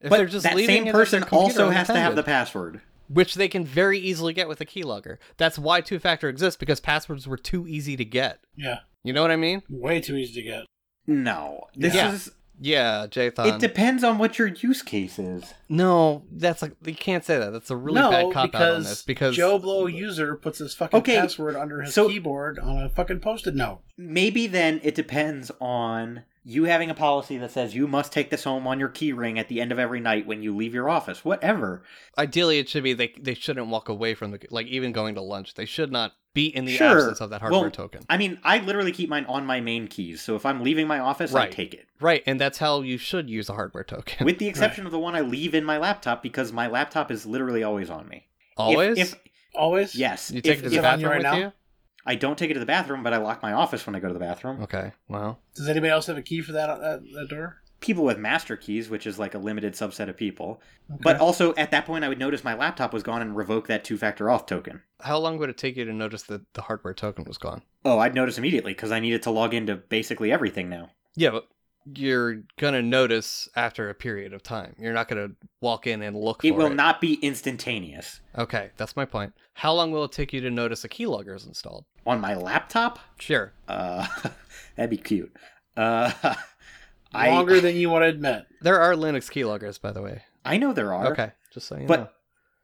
Speaker 1: If
Speaker 3: but
Speaker 1: they're just
Speaker 3: that
Speaker 1: leaving
Speaker 3: same
Speaker 1: it at
Speaker 3: person
Speaker 1: their computer
Speaker 3: also has to have the
Speaker 1: unattended,
Speaker 3: password.
Speaker 1: which they can very easily get with a keylogger. That's why two factor exists because passwords were too easy to get.
Speaker 2: Yeah,
Speaker 1: You know what I mean?
Speaker 2: way too easy to get.
Speaker 3: No, this
Speaker 1: Yeah.
Speaker 3: is.
Speaker 1: Yeah,
Speaker 3: It
Speaker 1: Jathan.
Speaker 3: depends on what your use case is.
Speaker 1: no, that's like you can't say that. That's a really
Speaker 2: no,
Speaker 1: bad cop out
Speaker 2: because
Speaker 1: on this because
Speaker 2: Joe Blow user puts his fucking
Speaker 3: Okay,
Speaker 2: password under his
Speaker 3: so-
Speaker 2: keyboard on a fucking post-it note.
Speaker 3: maybe then it depends on you having a policy that says you must take this home on your key ring at the end of every night when you leave your office whatever
Speaker 1: ideally it should be they they shouldn't walk away from the like even going to lunch they should not be in the
Speaker 3: Sure.
Speaker 1: absence of that hardware
Speaker 3: Well-
Speaker 1: token
Speaker 3: i mean i literally keep mine on my main keys so if i'm leaving my office i
Speaker 1: Right.
Speaker 3: take it
Speaker 1: right and that's how you should use a hardware token
Speaker 3: with the exception of the one i leave in my laptop because my laptop is literally always on me If-
Speaker 1: always
Speaker 3: if,
Speaker 2: Always.
Speaker 3: yes
Speaker 1: you take
Speaker 3: if-
Speaker 1: it to the
Speaker 3: if-
Speaker 2: it's on you
Speaker 1: bathroom with
Speaker 2: right
Speaker 1: you
Speaker 3: i don't take it to the bathroom but i lock my office when i go to the bathroom
Speaker 1: okay well
Speaker 2: Does anybody else have a key for that that, that door?
Speaker 3: people with master keys which is like a limited subset of people but
Speaker 2: Okay.
Speaker 3: also at that point i would notice my laptop was gone and revoke that two-factor auth token
Speaker 1: how long would it take you to notice that the hardware token was gone
Speaker 3: Oh, I'd notice immediately because I needed to log into basically everything now.
Speaker 1: yeah but you're gonna notice after a period of time you're not gonna walk in and look
Speaker 3: It
Speaker 1: for
Speaker 3: will
Speaker 1: it
Speaker 3: not be instantaneous.
Speaker 1: okay that's my point how long will it take you to notice a keylogger is installed
Speaker 3: On my laptop?
Speaker 1: sure
Speaker 3: Uh, that'd be cute. Uh,
Speaker 2: Longer
Speaker 3: I,
Speaker 2: than you want to admit.
Speaker 1: there are linux keyloggers by the way
Speaker 3: I know there are.
Speaker 1: okay just so you
Speaker 3: But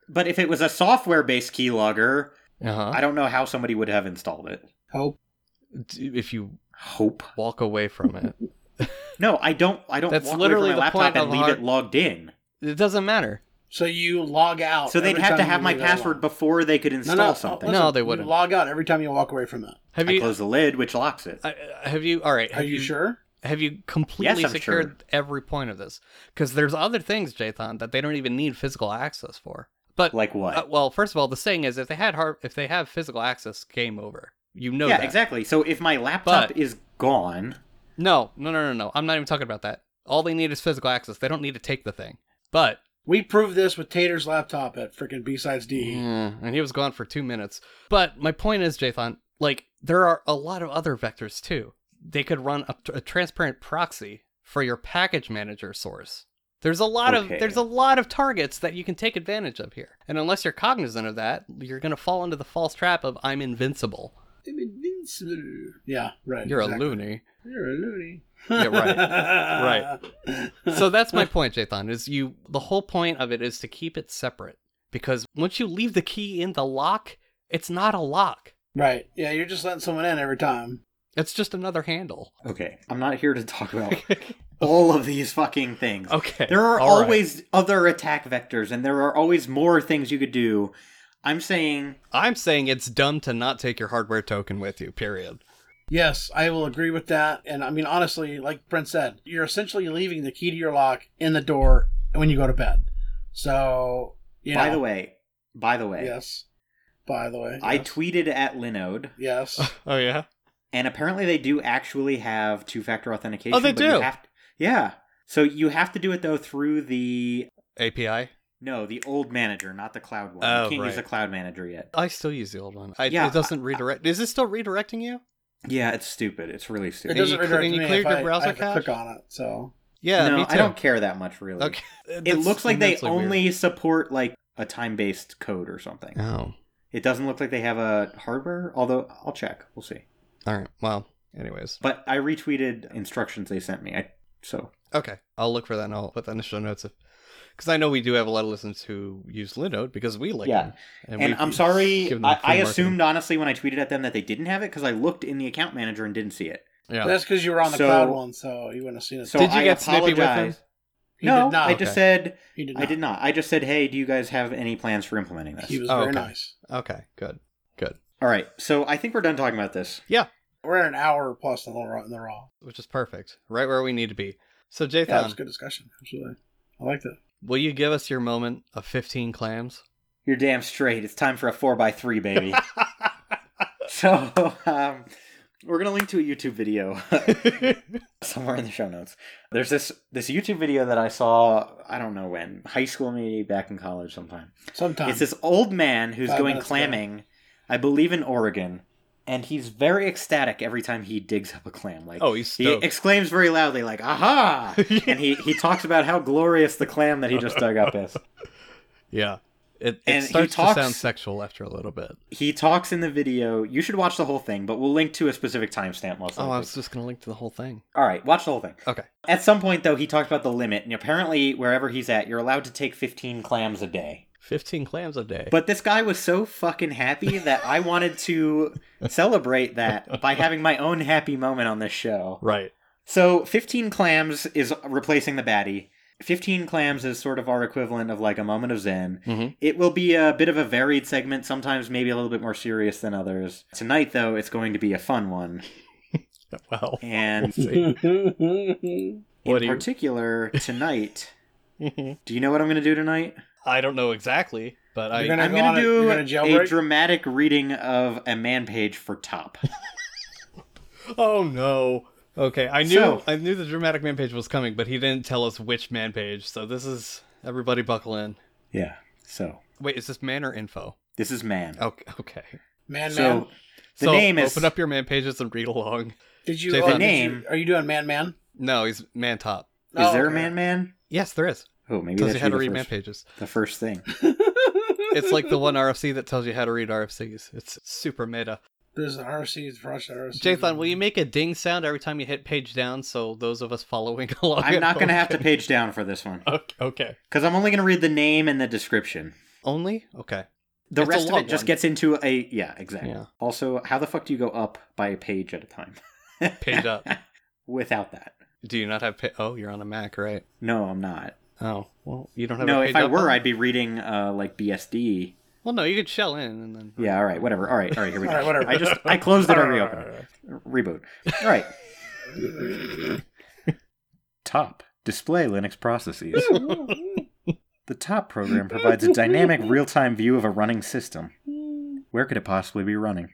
Speaker 3: but if it was a software based keylogger,
Speaker 1: know uh-huh
Speaker 3: I don't know how somebody would have installed it.
Speaker 2: Hope.
Speaker 1: D- if you
Speaker 3: Hope.
Speaker 1: walk away from it.
Speaker 3: No, I don't I don't
Speaker 1: That's
Speaker 3: walk
Speaker 1: literally
Speaker 3: away
Speaker 1: the
Speaker 3: from my
Speaker 1: point
Speaker 3: laptop and
Speaker 1: of
Speaker 3: leave
Speaker 1: hard-
Speaker 3: it logged in.
Speaker 1: It doesn't matter.
Speaker 2: So you log
Speaker 1: Oh,
Speaker 2: out.
Speaker 3: So they'd
Speaker 2: every
Speaker 3: have to
Speaker 2: time
Speaker 3: have
Speaker 2: you
Speaker 3: my
Speaker 2: leave it alone.
Speaker 3: password before they could install something.
Speaker 1: listen. No, they
Speaker 2: uh, you
Speaker 1: wouldn't.
Speaker 2: log out every time you walk away from it.
Speaker 1: Have
Speaker 3: I
Speaker 1: you?
Speaker 3: close the lid, which locks it.
Speaker 1: I, I- have you? All right.
Speaker 2: Are
Speaker 1: Have
Speaker 2: you, sure?
Speaker 1: Have you completely
Speaker 3: Yes, I'm
Speaker 1: secured
Speaker 3: sure.
Speaker 1: every point of this? Because there's other things, Jathan, that they don't even need physical access for. But
Speaker 3: Like what?
Speaker 1: uh, well, first of all, the saying is if they had hard, if they have physical access, game over. You know
Speaker 3: yeah,
Speaker 1: that.
Speaker 3: exactly. So if my laptop
Speaker 1: But-
Speaker 3: is gone,
Speaker 1: No, no, no, no, no. I'm not even talking about that. All they need is physical access. They don't need to take the thing. But
Speaker 2: We proved this with Tater's laptop at freaking B Sides D.
Speaker 1: Yeah, mm, and he was gone for two minutes. But my point is, Jathan, like there are a lot of other vectors too. They could run a, a transparent proxy for your package manager source. There's a lot
Speaker 3: Okay.
Speaker 1: of there's a lot of targets that you can take advantage of here. And unless you're cognizant of that, you're gonna fall into the false trap of I'm invincible.
Speaker 2: Yeah, right.
Speaker 1: You're
Speaker 2: exactly.
Speaker 1: a loony.
Speaker 2: You're a loony.
Speaker 1: Yeah, right.
Speaker 2: right. Right.
Speaker 1: so that's my point, Jathan, is you the whole point of it is to keep it separate. Because once you leave the key in the lock, it's not a lock.
Speaker 2: Right. Yeah, you're just letting someone in every time.
Speaker 1: It's just another handle.
Speaker 3: Okay, I'm not here to talk about all of these fucking things.
Speaker 1: Okay.
Speaker 3: There are
Speaker 1: all right.
Speaker 3: always other attack vectors, and there are always more things you could do. I'm saying
Speaker 1: I'm saying it's dumb to not take your hardware token with you, period.
Speaker 2: Yes, I will agree with that. And I mean, honestly, like Brent said, you're essentially leaving the key to your lock in the door when you go to bed. So, you
Speaker 3: By
Speaker 2: know,
Speaker 3: the way, by the way,
Speaker 2: yes. By the way,
Speaker 3: I
Speaker 2: yes.
Speaker 3: tweeted at Linode,
Speaker 2: yes.
Speaker 1: Oh yeah.
Speaker 3: and apparently they do actually have two-factor authentication.
Speaker 1: Oh, they
Speaker 3: but you
Speaker 1: do?
Speaker 3: have to- yeah. So you have to do it though through the
Speaker 1: API.
Speaker 3: no, the old manager, not the cloud one.
Speaker 1: Oh,
Speaker 3: you can't
Speaker 1: right.
Speaker 3: use the cloud manager yet.
Speaker 1: I still use the old one. I,
Speaker 3: Yeah,
Speaker 1: it doesn't redirect. is it still redirecting you?
Speaker 3: Yeah, it's stupid. It's really
Speaker 2: It
Speaker 1: And
Speaker 3: stupid.
Speaker 1: does-
Speaker 2: doesn't
Speaker 1: you clear-
Speaker 2: redirect
Speaker 1: and you
Speaker 2: me
Speaker 1: cleared
Speaker 2: if
Speaker 1: your
Speaker 2: I,
Speaker 1: browser
Speaker 2: I have to
Speaker 1: cache?
Speaker 2: click on it. So,
Speaker 1: Yeah,
Speaker 3: no,
Speaker 1: me too.
Speaker 3: I don't care that much really.
Speaker 1: Okay.
Speaker 3: It looks like they only support like a time-based code or something.
Speaker 1: Oh.
Speaker 3: It doesn't look like they have a hardware, although I'll check. We'll see.
Speaker 1: All right. Well. Anyways.
Speaker 3: But I retweeted instructions they sent me. I so
Speaker 1: Okay. I'll look for that and I'll put that in the show notes. Because I know we do have a lot of listeners who use Linode because we like
Speaker 3: Yeah.
Speaker 1: them.
Speaker 3: and
Speaker 1: we've
Speaker 3: I'm sorry.
Speaker 1: given them
Speaker 3: I,
Speaker 1: free
Speaker 3: I
Speaker 1: marketing.
Speaker 3: assumed honestly when I tweeted at them that they didn't have it because I looked in the account manager and didn't see it.
Speaker 1: Yeah.
Speaker 2: But that's because you were on the
Speaker 3: So-
Speaker 2: cloud one, so you wouldn't have seen it.
Speaker 3: So
Speaker 1: Did you
Speaker 3: I
Speaker 1: get snippy with them?
Speaker 3: apologize.
Speaker 2: He
Speaker 3: no,
Speaker 2: did not.
Speaker 3: I just
Speaker 1: Okay.
Speaker 3: said
Speaker 2: he did
Speaker 3: I did not. I just said, hey, do you guys have any plans for implementing this?
Speaker 2: He was
Speaker 1: Oh,
Speaker 2: very
Speaker 1: okay.
Speaker 2: nice.
Speaker 1: Okay. Good. Good.
Speaker 3: All right. So I think we're done talking about this.
Speaker 2: We're at an hour plus in the raw. In the raw.
Speaker 1: Which is perfect. Right where we need to be. So
Speaker 2: Yeah, that was
Speaker 1: Jathan,
Speaker 2: a good discussion. Absolutely, I liked it.
Speaker 1: will you give us your moment of 15 clams?
Speaker 3: You're damn straight. It's time for a four by three, baby. so um, we're gonna link to a YouTube video
Speaker 1: Oh,
Speaker 3: somewhere in the show notes. There's this this YouTube video that I saw. I don't know when, high school maybe, back in college sometime.
Speaker 2: Sometimes
Speaker 3: It's this old man who's
Speaker 2: Five
Speaker 3: going
Speaker 2: minutes
Speaker 3: clamming, I believe in Oregon, and he's very ecstatic every time he digs up a clam. Like
Speaker 1: oh, he's
Speaker 3: he
Speaker 1: stoked.
Speaker 3: exclaims very loudly, like "Aha!" and he he talks about how glorious the clam that he just dug up is.
Speaker 1: yeah. It, it
Speaker 3: And he
Speaker 1: starts
Speaker 3: talks-
Speaker 1: to sound sexual after a little bit.
Speaker 3: He talks in the video. You should watch the whole thing, but we'll link to a specific timestamp. Most
Speaker 1: Oh,
Speaker 3: likely.
Speaker 1: I was just gonna link to the whole thing.
Speaker 3: All right, watch the whole thing.
Speaker 1: Okay.
Speaker 3: At some point, though, he talks about the limit, and apparently, wherever he's at, you're allowed to take 15 clams a day.
Speaker 1: 15 clams a day.
Speaker 3: But this guy was so fucking happy that I wanted to celebrate that by having my own happy moment on this show.
Speaker 1: right.
Speaker 3: So, 15 clams is replacing the baddie. 15 clams is sort of our equivalent of like a moment of zen.
Speaker 1: Mhm.
Speaker 3: It will be a bit of a varied segment, sometimes maybe a little bit more serious than others. Tonight, though, it's going to be a fun one.
Speaker 1: Well,
Speaker 3: And
Speaker 1: What do
Speaker 3: in
Speaker 1: you-
Speaker 3: particular, tonight,
Speaker 1: I
Speaker 3: do you know what I'm going to do tonight?
Speaker 1: don't know exactly, but I.
Speaker 2: You're gonna
Speaker 3: I'm
Speaker 2: go
Speaker 3: going
Speaker 2: on
Speaker 3: to
Speaker 2: a-
Speaker 3: do
Speaker 2: you're gonna
Speaker 3: a
Speaker 2: jailbreak?
Speaker 3: dramatic reading of a man page for top.
Speaker 1: Oh no. Okay, I knew
Speaker 3: So-
Speaker 1: I knew the dramatic man page was coming, but he didn't tell us which man page. So this is everybody buckle in.
Speaker 3: yeah. So
Speaker 1: Wait, is this man or info?
Speaker 3: this is man.
Speaker 1: Okay. Okay.
Speaker 2: man,
Speaker 3: so
Speaker 2: man.
Speaker 3: the
Speaker 1: so
Speaker 3: name
Speaker 1: open
Speaker 3: is
Speaker 1: up your man pages and read along.
Speaker 2: Did you?
Speaker 1: Say
Speaker 2: oh,
Speaker 1: the
Speaker 2: did you-
Speaker 3: name.
Speaker 2: are you doing man, man?
Speaker 1: No, he's man top.
Speaker 3: Is
Speaker 2: Oh,
Speaker 3: there a man man?
Speaker 1: Yes, there is.
Speaker 3: Oh, maybe
Speaker 1: Tells you
Speaker 3: that's
Speaker 1: how to read
Speaker 3: the,
Speaker 1: man
Speaker 3: first,
Speaker 1: pages.
Speaker 3: the first thing.
Speaker 1: It's like the one RFC that tells you how to read RFCs. It's super meta.
Speaker 2: There's an RFC for us. RFC.
Speaker 1: Jathan, will you make a ding sound every time you hit page down so those of us following along?
Speaker 3: I'm
Speaker 1: at
Speaker 3: not going to
Speaker 1: home
Speaker 3: have to page down for this one
Speaker 1: can- Okay. okay.
Speaker 3: because I'm only going to read the name and the description.
Speaker 1: Only? Okay.
Speaker 3: The
Speaker 1: It's a
Speaker 3: rest of
Speaker 1: long
Speaker 3: it just
Speaker 1: one.
Speaker 3: gets into a yeah, exactly.
Speaker 1: Yeah.
Speaker 3: Also, how the fuck do you go up by a page at a time?
Speaker 1: Page up.
Speaker 3: Without that,
Speaker 1: Do you not have pa- Oh, you're on a Mac, right?
Speaker 3: no, I'm not.
Speaker 1: Oh, well, you don't have
Speaker 3: No,
Speaker 1: a page
Speaker 3: if I
Speaker 1: up
Speaker 3: were,
Speaker 1: on-
Speaker 3: I'd be reading uh, like BSD.
Speaker 1: Well, no, you could shell in and then.
Speaker 3: Yeah, all right, whatever. All right, all right, here we go.
Speaker 2: All right, whatever.
Speaker 3: I just I closed it and reopened it. Reboot. All right. top display Linux processes. The top program provides a dynamic real-time view of a running system. Where could it possibly be running?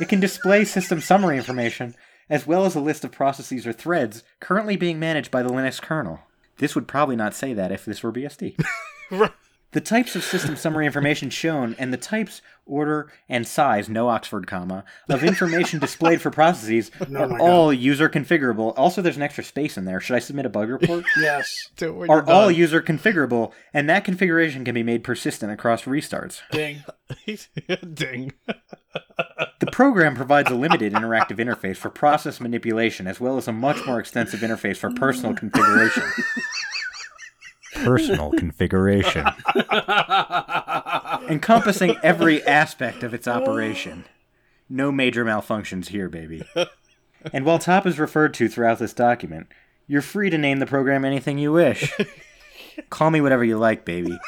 Speaker 3: It can display system summary information as well as a list of processes or threads currently being managed by the Linux kernel. This would probably not say that if this were BSD.
Speaker 1: Right.
Speaker 3: The types of system summary information shown and the types, order, and size, no Oxford comma, of information displayed for processes
Speaker 2: No, my
Speaker 3: are
Speaker 2: God.
Speaker 3: all user configurable. Also, there's an extra space in there. Should I submit a bug report?
Speaker 2: Yes.
Speaker 1: Do it when
Speaker 3: are
Speaker 1: you're
Speaker 3: all
Speaker 1: done.
Speaker 3: user configurable, and that configuration can be made persistent across restarts.
Speaker 2: Ding.
Speaker 1: Ding.
Speaker 3: The program provides a limited interactive interface for process manipulation, as well as a much more extensive interface for personal configuration. Personal configuration. Encompassing every aspect of its operation. No major malfunctions here, baby. And while top is referred to throughout this document, you're free to name the program anything you wish. Call me whatever you like, baby.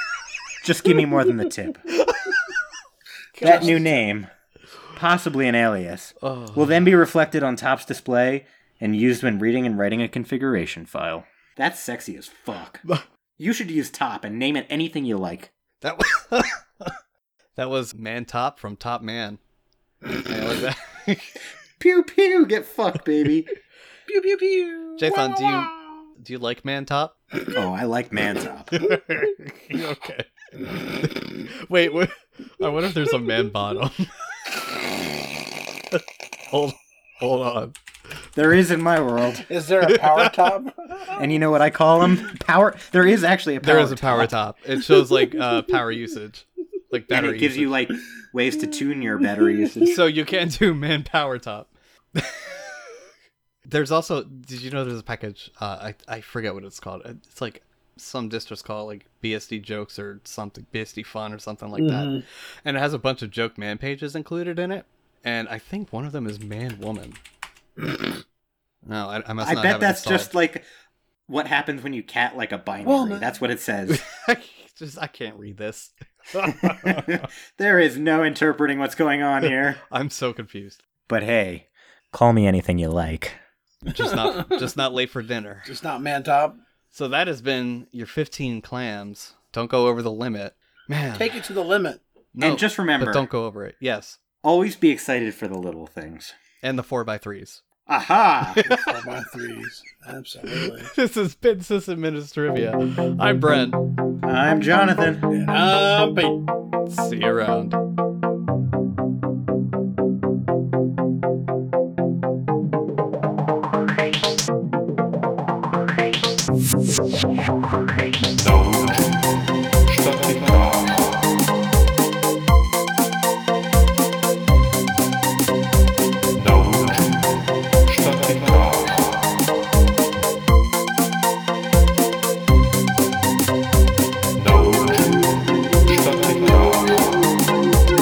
Speaker 3: Just give me more than the tip. That new name, possibly an alias,
Speaker 1: Oh.
Speaker 3: will then be reflected on Top's display and used when reading and writing a configuration file. That's sexy as fuck. you should use Top and name it anything you like.
Speaker 1: that was that was Man Top from Top Man. I like that.
Speaker 3: Pew pew, get fucked, baby.
Speaker 2: Pew pew pew.
Speaker 1: Jathan,
Speaker 2: Wah,
Speaker 1: do you-
Speaker 2: wah.
Speaker 1: Do you like Man Top?
Speaker 3: oh, I like Man Top.
Speaker 1: okay. Wait, wait, I wonder if there's a man bottom. hold, hold on.
Speaker 3: There is in my world.
Speaker 2: Is there a power top?
Speaker 3: And you know what I call him? Power. There is actually a power.
Speaker 1: There is a power top. It shows like uh, power usage, like
Speaker 3: and
Speaker 1: battery.
Speaker 3: it gives you
Speaker 1: usage.
Speaker 3: like ways to tune your battery usage.
Speaker 1: so you can do man power top. there's also. Did you know there's a package? Uh, I I forget what it's called. It's like some districts call it like BSD jokes or something, BSD fun or something like that.
Speaker 3: Mm-hmm.
Speaker 2: Mhm.
Speaker 1: and it has a bunch of joke man pages included in it. And I think one of them is man woman. no, I, I must.
Speaker 3: I
Speaker 1: not
Speaker 3: bet
Speaker 1: have
Speaker 3: that's
Speaker 1: it installed.
Speaker 3: just like what happens when you cat like a binary.
Speaker 2: Well, no-
Speaker 3: That's what it says.
Speaker 1: just I can't read this.
Speaker 3: there is no interpreting what's going on here.
Speaker 1: I'm so confused.
Speaker 3: But hey, call me anything you like.
Speaker 1: Just not, just not late for dinner.
Speaker 2: Just not man top.
Speaker 1: So that has been your 15 clams. Don't go over the limit, man.
Speaker 2: Take it to the limit.
Speaker 1: no,
Speaker 3: and just
Speaker 1: but
Speaker 3: remember,
Speaker 1: don't go over it. Yes,
Speaker 3: always be excited for the little things.
Speaker 1: and the four by threes.
Speaker 3: Aha!
Speaker 2: Four by threes. Absolutely.
Speaker 1: This has been System Ministrivia. I'm Brent.
Speaker 3: I'm Jonathan.
Speaker 2: And I'm Pete.
Speaker 1: See you around.
Speaker 4: Saarland, Stadt im Rahmen. Nauru, Stadt im Rahmen. Nauru, Stadt im Rahmen.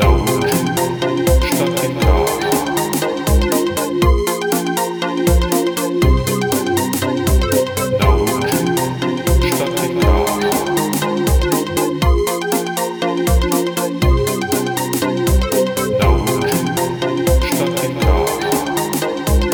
Speaker 4: Nauru, Stadt im Rahmen. Nauru, Stadt im Rahmen. Nauru, Stadt im Rahmen.